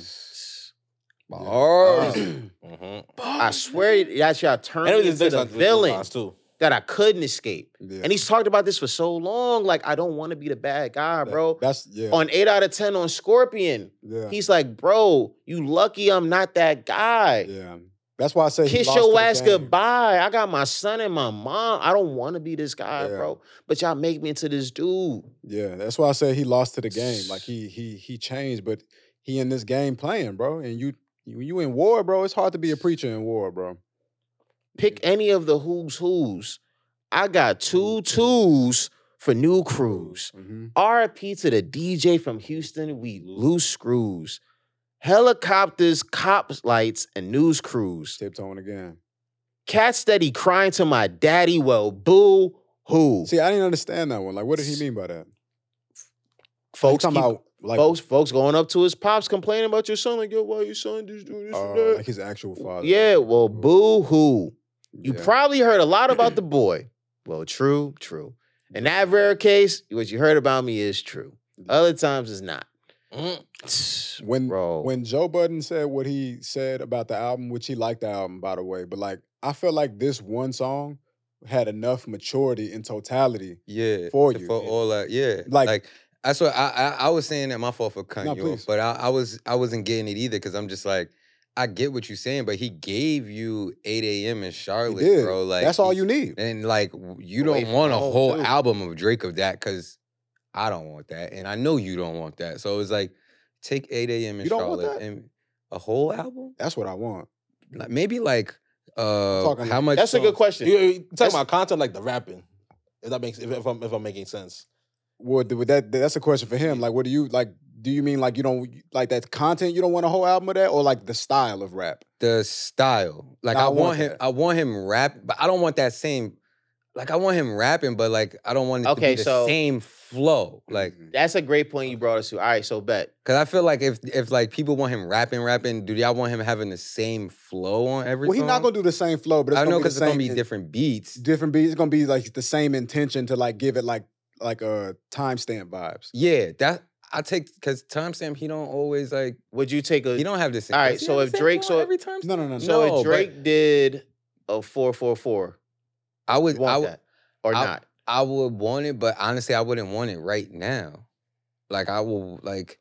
S2: Bars.
S3: Mhm.
S1: I swear that y'all turned
S3: And it
S1: me
S3: was his
S1: into the
S3: next time to do those
S1: villain
S3: lines, too.
S1: that I couldn't escape.
S5: Yeah.
S1: And he's talked about this for so long. Like, I don't want to be the bad guy,
S5: That-
S1: bro.
S5: That's yeah.
S1: On 8 out of 10 on Scorpion,
S5: yeah.
S1: he's like, bro, you lucky I'm not that guy.
S5: Yeah. That's why I say he
S1: Kiss
S5: lost to
S1: your
S5: the
S1: ass
S5: game.
S1: goodbye. I got my son and my mom. I don't want to be this guy,
S5: Yeah.
S1: bro. But y'all make me into this dude.
S5: Yeah, that's why I say he lost to the game. Like he he he changed, but he in this game playing, bro. And you you, you in war, bro. It's hard to be a preacher in war, bro.
S1: pick any of the who's who's. I got two twos for new crews.
S5: Mm-hmm.
S1: RIP to the DJ from Houston. We loose screws. Helicopters, cop lights, and news crews.
S5: Tiptoeing again.
S1: Cat steady crying to my daddy. Well, boo hoo.
S5: See, I didn't understand that one. Like, what did he mean by that?
S1: folks,
S5: talking
S1: keep-
S5: about like,
S1: folks, folks going up to his pops complaining about your son. Like, yo, why your son just doing this
S5: uh,
S1: and that?
S5: like his actual father.
S1: yeah, well, boo hoo. You
S5: Yeah.
S1: probably heard a lot about the boy. Well, true, true. In that rare case, what you heard about me is true. Other times it's not.
S5: when
S1: Bro.
S5: Mm. when Joe Budden said what he said about the album, which he liked the album by the way, but like I feel like this one song had enough maturity in totality.
S2: Yeah.
S5: For
S2: to-
S5: you.
S2: For all that. Yeah.
S5: Like-
S2: Like, that's what I, I I was saying that my fault for cutting
S5: No,
S2: you
S5: please.
S2: off. But I, I was I wasn't getting it either because I'm just like, I get what you're saying, but he gave you 8 a.m. in
S5: He
S2: Charlotte,
S5: did.
S2: bro. Like
S5: That's all
S2: he-
S5: you need.
S2: And like w- you
S1: Away
S2: don't
S1: from
S2: want a
S1: home,
S2: whole
S1: too.
S2: album of Drake of that because I don't want that, and I know you don't want that. So it's like take 8 a.m. in
S5: You don't want
S2: Charlotte
S5: that?
S2: and a whole album,
S5: That's what I want.
S2: Like, maybe like Uh,
S5: talking
S2: how
S5: like-
S2: much?
S1: That's a good
S2: songs-
S1: question.
S3: You- you talking
S1: That's-
S3: about content like the rapping. If that makes if, if I'm if I'm making sense.
S5: Well, th- would that that's a question for him. Like, what do you like? Do you mean like you don't like that content? You don't want a whole album of that, or like the style of rap?
S2: the style. Like
S5: Nah,
S2: I,
S5: I
S2: want,
S5: want
S2: him.
S5: that.
S2: I want him rap, but I don't want that same. Like I want him rapping, but like I don't want it to
S1: Okay,
S2: be the
S1: so-
S2: same flow. Like
S5: Mm-hmm.
S1: That's a great point you brought us to. All right, so bet.
S2: because I feel like if if like people want him rapping, rapping, do y'all want him having the same flow on every?
S5: well, he's not
S2: song?
S5: gonna do the same flow, but it's
S2: Um, I
S5: gonna
S2: know
S5: be the
S2: because it's gonna
S5: same-
S2: be different beats.
S5: different beats. It's gonna be like the same intention to like give it like like uh timestamp vibes.
S2: Yeah, that I take because timestamp he don't always like
S1: Would you take a
S2: he don't have the same.
S1: All right,
S2: does he
S1: so
S2: have the
S1: if
S2: same
S1: Drake-
S2: flow
S1: so-
S2: every time,
S5: No, no, no, no.
S1: So
S2: No,
S1: if
S2: but-
S1: Drake did a four four four,
S2: I would
S1: want
S2: I would
S1: that or
S2: I-
S1: not?
S2: I would want it, but honestly, I wouldn't want it right now. Like I will like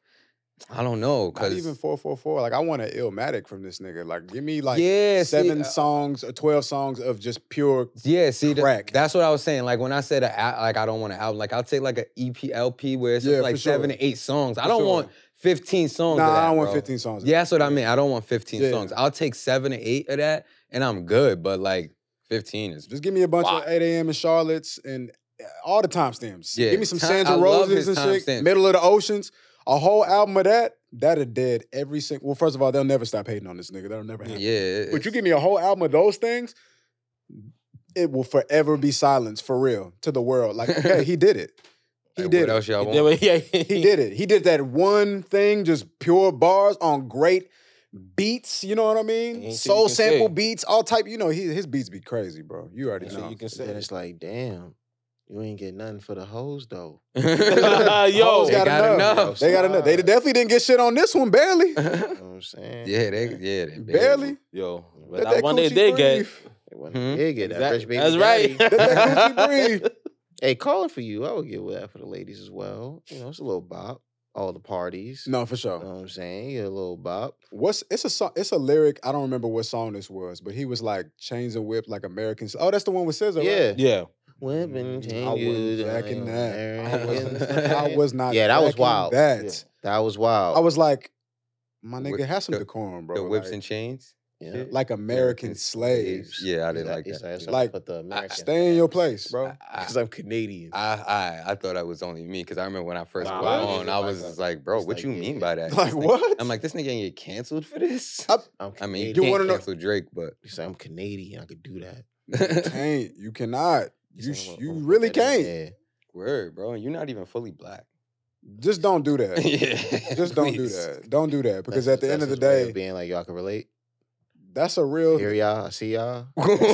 S2: I don't know
S5: Not
S2: because
S5: even four four four. Like I want an illmatic from this nigga. Like give me like
S2: yeah,
S5: seven
S2: see, uh,
S5: songs or twelve songs of just pure.
S2: yeah, see, th-
S5: crack.
S2: that's what I was saying. Like when I said a, al- like I don't want an album, like I'll take like E an EP LP where it's just
S5: Yeah,
S2: like
S5: for sure.
S2: seven to eight songs. I
S5: for
S2: don't
S5: sure.
S2: want fifteen songs.
S5: Nah,
S2: of that,
S5: I don't want
S2: bro.
S5: fifteen songs. of
S2: Yeah,
S5: that.
S2: that's what I mean. I don't want fifteen
S5: Yeah.
S2: songs. I'll take seven to eight of that, and I'm good. But like fifteen is
S5: Just give me a bunch
S2: Why?
S5: of 8 a.m. and Charlotte's and eh, all the timestamps.
S2: Yeah,
S5: Give me some
S2: time-
S5: Sandra
S2: I love
S5: Roses
S2: his
S5: and shit.
S2: timestamps.
S5: Middle of the Oceans. A whole album of that, that are dead every single. Well, first of all, they'll never stop hating on this nigga. That'll never happen.
S2: yeah. it-
S5: But you
S2: it's-
S5: give me a whole album of those things, it will forever be silence for real to the world. Like, okay, he did it. He
S2: like,
S5: did
S2: What
S5: it.
S2: else y'all
S3: Yeah,
S2: want?
S3: but yeah,
S5: He did it. He did that one thing, just pure bars on great beats. You know what I mean?
S3: Anything
S5: Soul
S3: you can say.
S5: sample beats, all type. You know, he, his beats be crazy, bro. You already
S3: So
S5: know.
S3: you can say
S1: Then it's like, damn, you ain't get nothing for the hoes though.
S3: Yo,
S5: Hoes
S2: They got enough.
S1: enough.
S5: They got enough. They definitely didn't get shit on this one, barely.
S1: You know what I'm saying?
S2: yeah, they yeah they
S5: Barely.
S3: yo, but
S5: Let
S3: that
S5: that
S3: one they
S5: coochie
S3: did get.
S5: breathe.
S1: They wasn't
S2: Hmm?
S1: big at that
S3: Exact-
S1: rich baby
S3: That's right.
S1: daddy.
S5: Let that coochie breathe.
S1: hey, calling for you. I would get with that for the ladies as well. You know, it's a little bop. All the parties.
S5: No, for
S1: You know
S5: sure.
S1: what I'm saying? You get a little bop.
S5: What's it's a song? It's a lyric. I don't remember what song this was, but he was like chains and whip, like Americans. Oh, that's the one with SZA.
S1: yeah.
S5: right?
S3: Yeah,
S1: Women
S5: Mm,
S1: change
S5: I wasn't
S1: you,
S5: jacking
S1: don't
S5: that. I
S1: marry
S5: wasn't-
S1: inside.
S5: I was not.
S1: Yeah, that was
S5: jacking
S1: wild.
S5: That
S1: That was wild.
S5: I was like, my nigga
S2: Whip-
S5: has some
S2: the-
S5: decorum, bro.
S2: The whips
S5: like,
S2: and chains.
S1: yeah.
S5: like American slaves.
S2: Yeah, I didn't
S1: He's
S2: like
S1: he's
S2: that.
S1: so I
S5: Like,
S1: put the American.
S5: Stay in your place, bro.
S2: I,
S1: Because I'm Canadian.
S2: I, I, I thought that was only me because I remember when I first
S3: Nah,
S2: got
S3: I
S2: on,
S3: didn't
S2: I
S3: like
S2: was
S3: that.
S2: just like, bro,
S1: It's
S2: what
S1: like,
S2: you
S1: yeah.
S2: mean by that?
S5: Like
S2: This nigga-
S5: what?
S2: I'm like, this nigga ain't get canceled for this.
S1: I'm Canadian.
S2: I mean, you,
S5: You
S2: can't
S5: wanna know-
S2: cancel Drake, but
S1: You say I'm Canadian. I could do that.
S5: can't. You cannot. You
S1: say,
S5: sh-
S1: "Well,
S5: you
S1: well,
S5: really
S1: that is-
S5: can't.
S2: word, bro, and you're not even fully black.
S5: Just don't do that.
S2: yeah,
S5: Just don't do
S2: please.
S5: that. Don't do that because
S1: That's
S5: at the
S1: his-
S5: end of
S1: that's
S5: the
S1: his way
S5: day, Oh,
S1: being like y'all can relate.
S5: that's a real.
S1: Here y'all, I see y'all.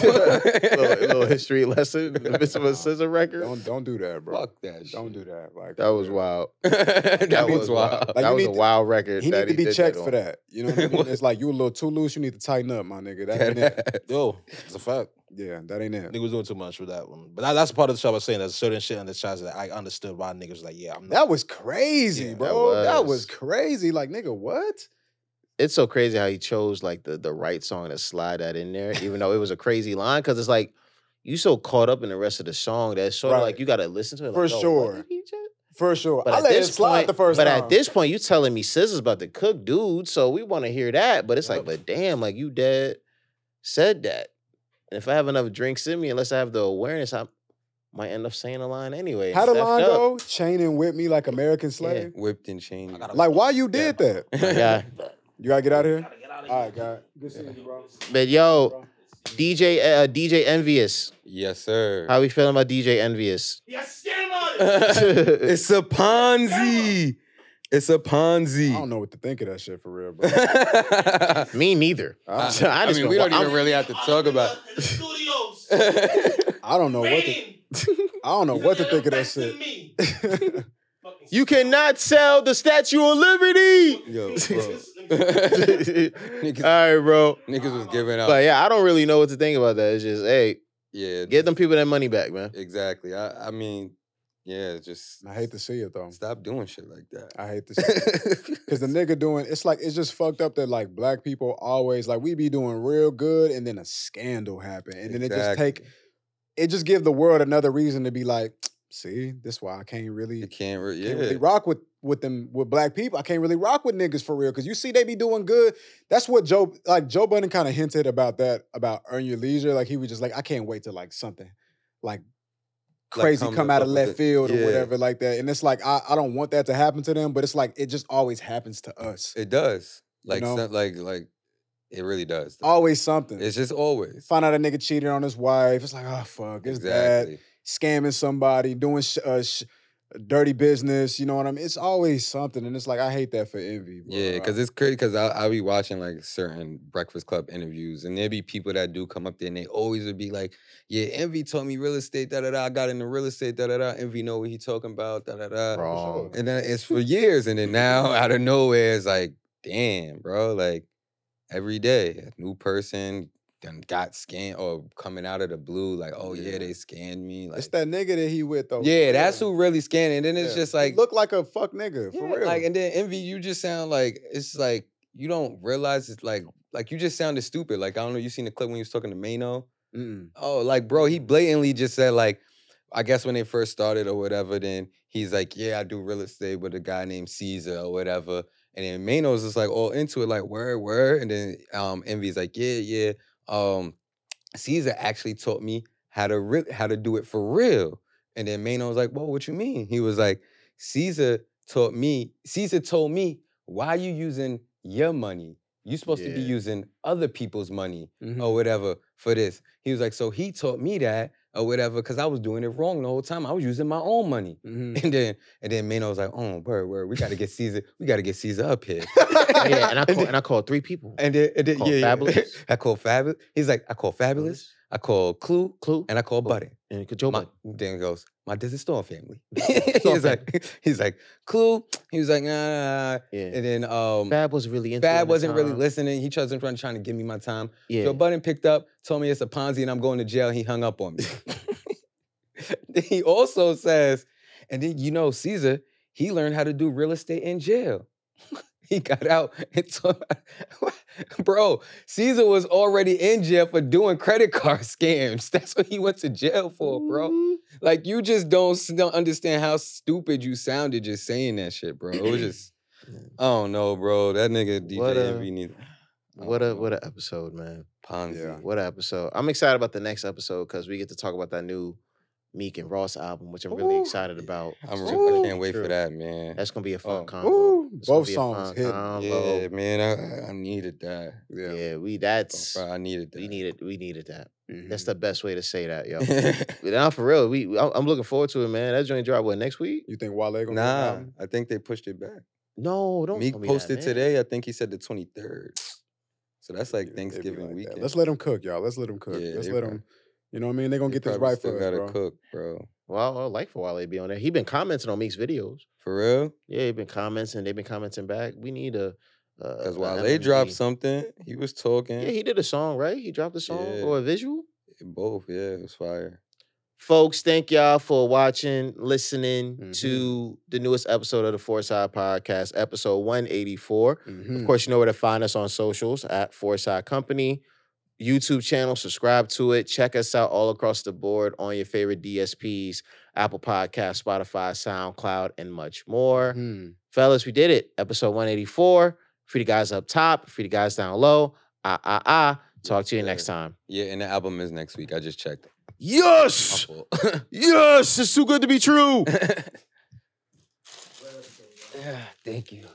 S1: little, little
S2: Fuck
S1: history lesson, the bits of
S5: Nah.
S1: a scissor record.
S5: Don't don't do that, bro.
S2: that. Shit.
S5: Don't do that. Like
S1: that
S5: for
S1: was
S5: real.
S1: wild.
S2: that,
S1: That
S2: was
S1: was
S2: wild.
S5: Like,
S1: that
S5: you
S1: was
S5: need
S1: a
S5: to-
S1: wild record.
S5: He
S1: that
S5: need to be
S1: did that
S5: checked
S1: on.
S5: for that. You know what I mean?
S2: What?
S5: It's like you a little too loose. You need to tighten up, my nigga. That ain't it.
S2: Deadass.
S3: yo, it's a fact.
S5: Yeah, that ain't it.
S3: Niggas was doing too much with that one, but that, that's part of the show I was saying. There's certain shit on the shots that I understood why niggas was like, yeah, I'm not.
S5: That was crazy,
S3: Yeah, that
S5: bro. That
S1: was-
S5: was. crazy. Like nigga, what?
S1: It's so crazy how he chose like the the right song to slide that in there, even though it was a crazy line. Because it's like you so caught up in the rest of the song that it's sort of
S5: Right.
S1: like you got to listen to it.
S5: For
S1: like, "Yo, what
S5: sure.
S1: did he just-"
S5: For sure.
S1: But
S5: I
S1: at
S5: let it
S1: this
S5: slide
S1: point,
S5: the first
S1: but
S5: time.
S1: at this point, you telling me Scissor's about to cook, dude. So we want to hear that. But it's like,
S3: Yup.
S1: but damn, like you dead said that. And if I have enough drinks in me, unless I have the awareness, I might end up saying a line anyway.
S5: How the
S1: It's effed
S5: line
S1: up.
S5: go? Chaining with me like American slave.
S2: Whipped and chained.
S5: Like why you did that?
S1: My guy.
S5: You gotta get out of here. All right, God. Good seeing you, bro.
S1: But yo, DJ uh, DJ Envious,
S2: yes, sir.
S1: how we feeling about DJ Envious?
S4: Yes, scammer!
S1: That's
S2: it's a Ponzi. It's a
S5: I don't
S2: Ponzi.
S5: know what to think of that shit for real, bro.
S1: Me neither.
S5: I,
S1: So I
S2: I
S1: just
S2: mean,
S1: been
S2: we
S1: wa-
S2: don't even
S1: I'm-
S2: really have to talk about.
S4: In the studios.
S5: I don't know what to,
S4: Raining.
S5: I don't know what to think of that
S4: Next to
S5: shit.
S4: me. Fucking
S1: You cannot sell the Statue of Liberty.
S2: Yo, bro.
S1: All right, bro.
S2: Niggas was giving up.
S1: But yeah, I don't really know what to think about that. It's just, hey,
S2: yeah,
S1: get them people that money back, man.
S2: exactly. I, I mean, yeah, just
S5: I hate to see it though.
S2: stop doing shit like that.
S5: I hate to see it. Cause the nigga doing it's like it's just fucked up that like black people always like we be doing real good and then a scandal happen. And then it just take
S2: Exactly.
S5: it just give the world another reason to be like, see, this why I can't really
S2: You can't, re- yeah.
S5: can't really rock with with them with black people. I can't really rock with niggas for real because you see they be doing good. That's what Joe like Joe Budden kind of hinted about that about earn your leisure. Like he was just like I can't wait till like something like crazy
S2: come
S5: come,
S2: up
S5: out of
S2: with
S5: left
S2: it.
S5: field or
S2: Yeah.
S5: whatever like that. And it's like I, I don't want that to happen to them, but it's like it just always happens to us.
S2: It does.
S5: You
S2: Like,
S5: know?
S2: some, like, like, it really does.
S5: always something.
S2: It's just always.
S5: Find out a nigga cheated on his wife. It's like oh fuck, it's bad.
S2: exactly.
S5: scamming somebody, doing sh- uh, sh- dirty business. You know what I mean? It's always something, and it's like I hate that for envy. Bro.
S2: Yeah, because it's crazy. Because I'll, I'll be watching like certain Breakfast Club interviews, and there be people that do come up there, and they always would be like, "Yeah, Envy told me real estate, da da da. I got into real estate, da da da. Envy know what he talking about, da da da."
S5: Wrong.
S2: And then it's for years, and then now out of nowhere, it's like, "Damn, bro! Like every day, a new person." Done got scanned or coming out of the blue, like, oh yeah,
S5: Yeah.
S2: they scanned me. Like,
S5: it's that nigga that he with though.
S2: yeah, that's who really scanned. And then it's just like,
S5: look like a fuck nigga for
S2: yeah,
S5: real.
S2: Like, and then envy, you just sound like it's like you don't realize it's like like you just sounded stupid. Like I don't know, you seen the clip when you was talking to Mano.
S5: Mm-mm.
S2: Oh, like bro, he blatantly just said like, I guess when they first started or whatever. Then he's like, yeah, I do real estate with a guy named Caesar or whatever. And then Mano's just like all into it, like word word. And then um, envy's like, yeah, yeah. Um, Caesar actually taught me how to re- how to do it for real. And then Mano was like, "Well, what you mean?" He was like, "Caesar taught me. Caesar told me why you using your money. You supposed to be
S1: Yeah.
S2: using other people's money
S5: mm-hmm,
S2: or whatever for this." He was like, "So he taught me that or whatever because I was doing it wrong the whole time. I was using my own money."
S5: Mhm.
S2: And then and then Mano was like, "Oh, word, word. We got to get Caesar. We got to get Caesar up here."
S1: yeah, and I call,
S2: then-
S1: and I called three people.
S2: and then, and then
S1: Called
S2: yeah, yeah.
S1: Fabulous.
S2: I call Fabulous. He's like, I call Fabulous.
S1: Fabulous,
S2: I call Clue,
S1: Clue,
S2: and I call
S1: Cool.
S2: Buddy.
S1: and Joe
S2: My-
S1: Budden.
S2: Then goes, my Disney Storm family.
S1: Storm
S2: he's like, he's like, Clue. He was like, nah, nah, nah.
S1: Yeah,
S2: And then um Fab,
S1: Fab was really into. it at the
S2: wasn't really
S1: time.
S2: listening. He chose in front trying to give me my time.
S1: Yeah,
S2: Joe Budden picked up, told me it's a Ponzi and I'm going to jail. He hung up on me. Then he also says, and then you know, Caesar, he learned how to do real estate in jail. he got out and told bro, Caesar was already in jail for doing credit card scams. That's what he went to jail for, bro.
S1: Mm-hmm.
S2: Like you just don't s- don't understand how stupid you sounded just saying that shit, bro. It was just I don't know, bro. That nigga DJ
S1: What a-
S2: Envy need
S1: What
S2: Oh,
S1: a
S2: no.
S1: what a episode, man.
S2: Ponzi.
S5: Yeah.
S1: What an episode. I'm excited about the next episode because we get to talk about that new Meek and Ross album, which I'm really
S5: Ooh,
S1: excited about.
S2: I'm
S1: So
S2: re-
S5: Ooh.
S2: I can't wait
S5: True.
S2: for that, man.
S1: That's gonna be a fun
S2: Oh.
S1: combo.
S5: Ooh,
S1: It's gonna
S5: both
S1: be a
S5: songs
S1: fun
S5: hidden.
S1: combo.
S2: yeah, man. I- I, I needed that.
S1: Yeah.
S5: yeah.
S1: we
S2: Oh,
S1: that's
S2: bro, I needed that. Mm-hmm.
S1: we needed we needed that. That's
S5: Mhm.
S1: the best way to say that, yo. now for real, we I'm I'm looking forward to it, man. That joint drop what next week?
S5: You think Wale gonna do an
S2: nah,
S5: album?
S2: I think they pushed it back.
S1: No, don't
S2: Meek
S1: tell me that,
S2: posted
S1: man.
S2: today. I think he said the 23rd. So that's
S5: Yeah,
S2: like
S5: it be
S2: Thanksgiving
S5: like that.
S2: weekend.
S5: Let's let them cook, y'all. Let's let them cook.
S2: Yeah,
S5: Let's
S2: they
S5: let
S2: prob-
S5: them. You know what I mean? They gonna
S2: They
S5: get this
S2: probably
S5: right
S2: still
S5: for us,
S2: gotta
S5: bro.
S2: cook, bro.
S1: Well, I like for Wale to be on there. He been commenting on Meek's videos.
S2: For real.
S1: Yeah, he been commenting. They've been commenting back. We need a
S2: Because
S5: Uh,
S1: because
S2: while they dropped something, he was talking.
S1: Yeah, he did a song, right? He dropped a song
S2: Yeah.
S1: or a visual.
S2: Both, yeah, it was fire.
S1: Folks, thank y'all for watching, listening
S2: Mm-hmm.
S5: Mhm.
S1: to the newest episode of the Foresight Podcast, episode 184. Of
S2: Mm.
S5: Mhm.
S1: course, you know where to find us on socials at Foresight Company, YouTube channel, subscribe to it. Check us out all across the board on your favorite DSPs, Apple Podcasts, Spotify, SoundCloud, and much more.
S5: Mhm.
S1: Fellas, we did it. Episode 184. Free the guys up top, free the guys down low. Ah, ah, ah. Talk to you
S2: sir.
S1: next time.
S2: Yeah, and the album is next week. I just checked. My
S1: Yes!
S2: fault.
S1: Yes! It's too good to be true.
S2: Yeah, Thank you.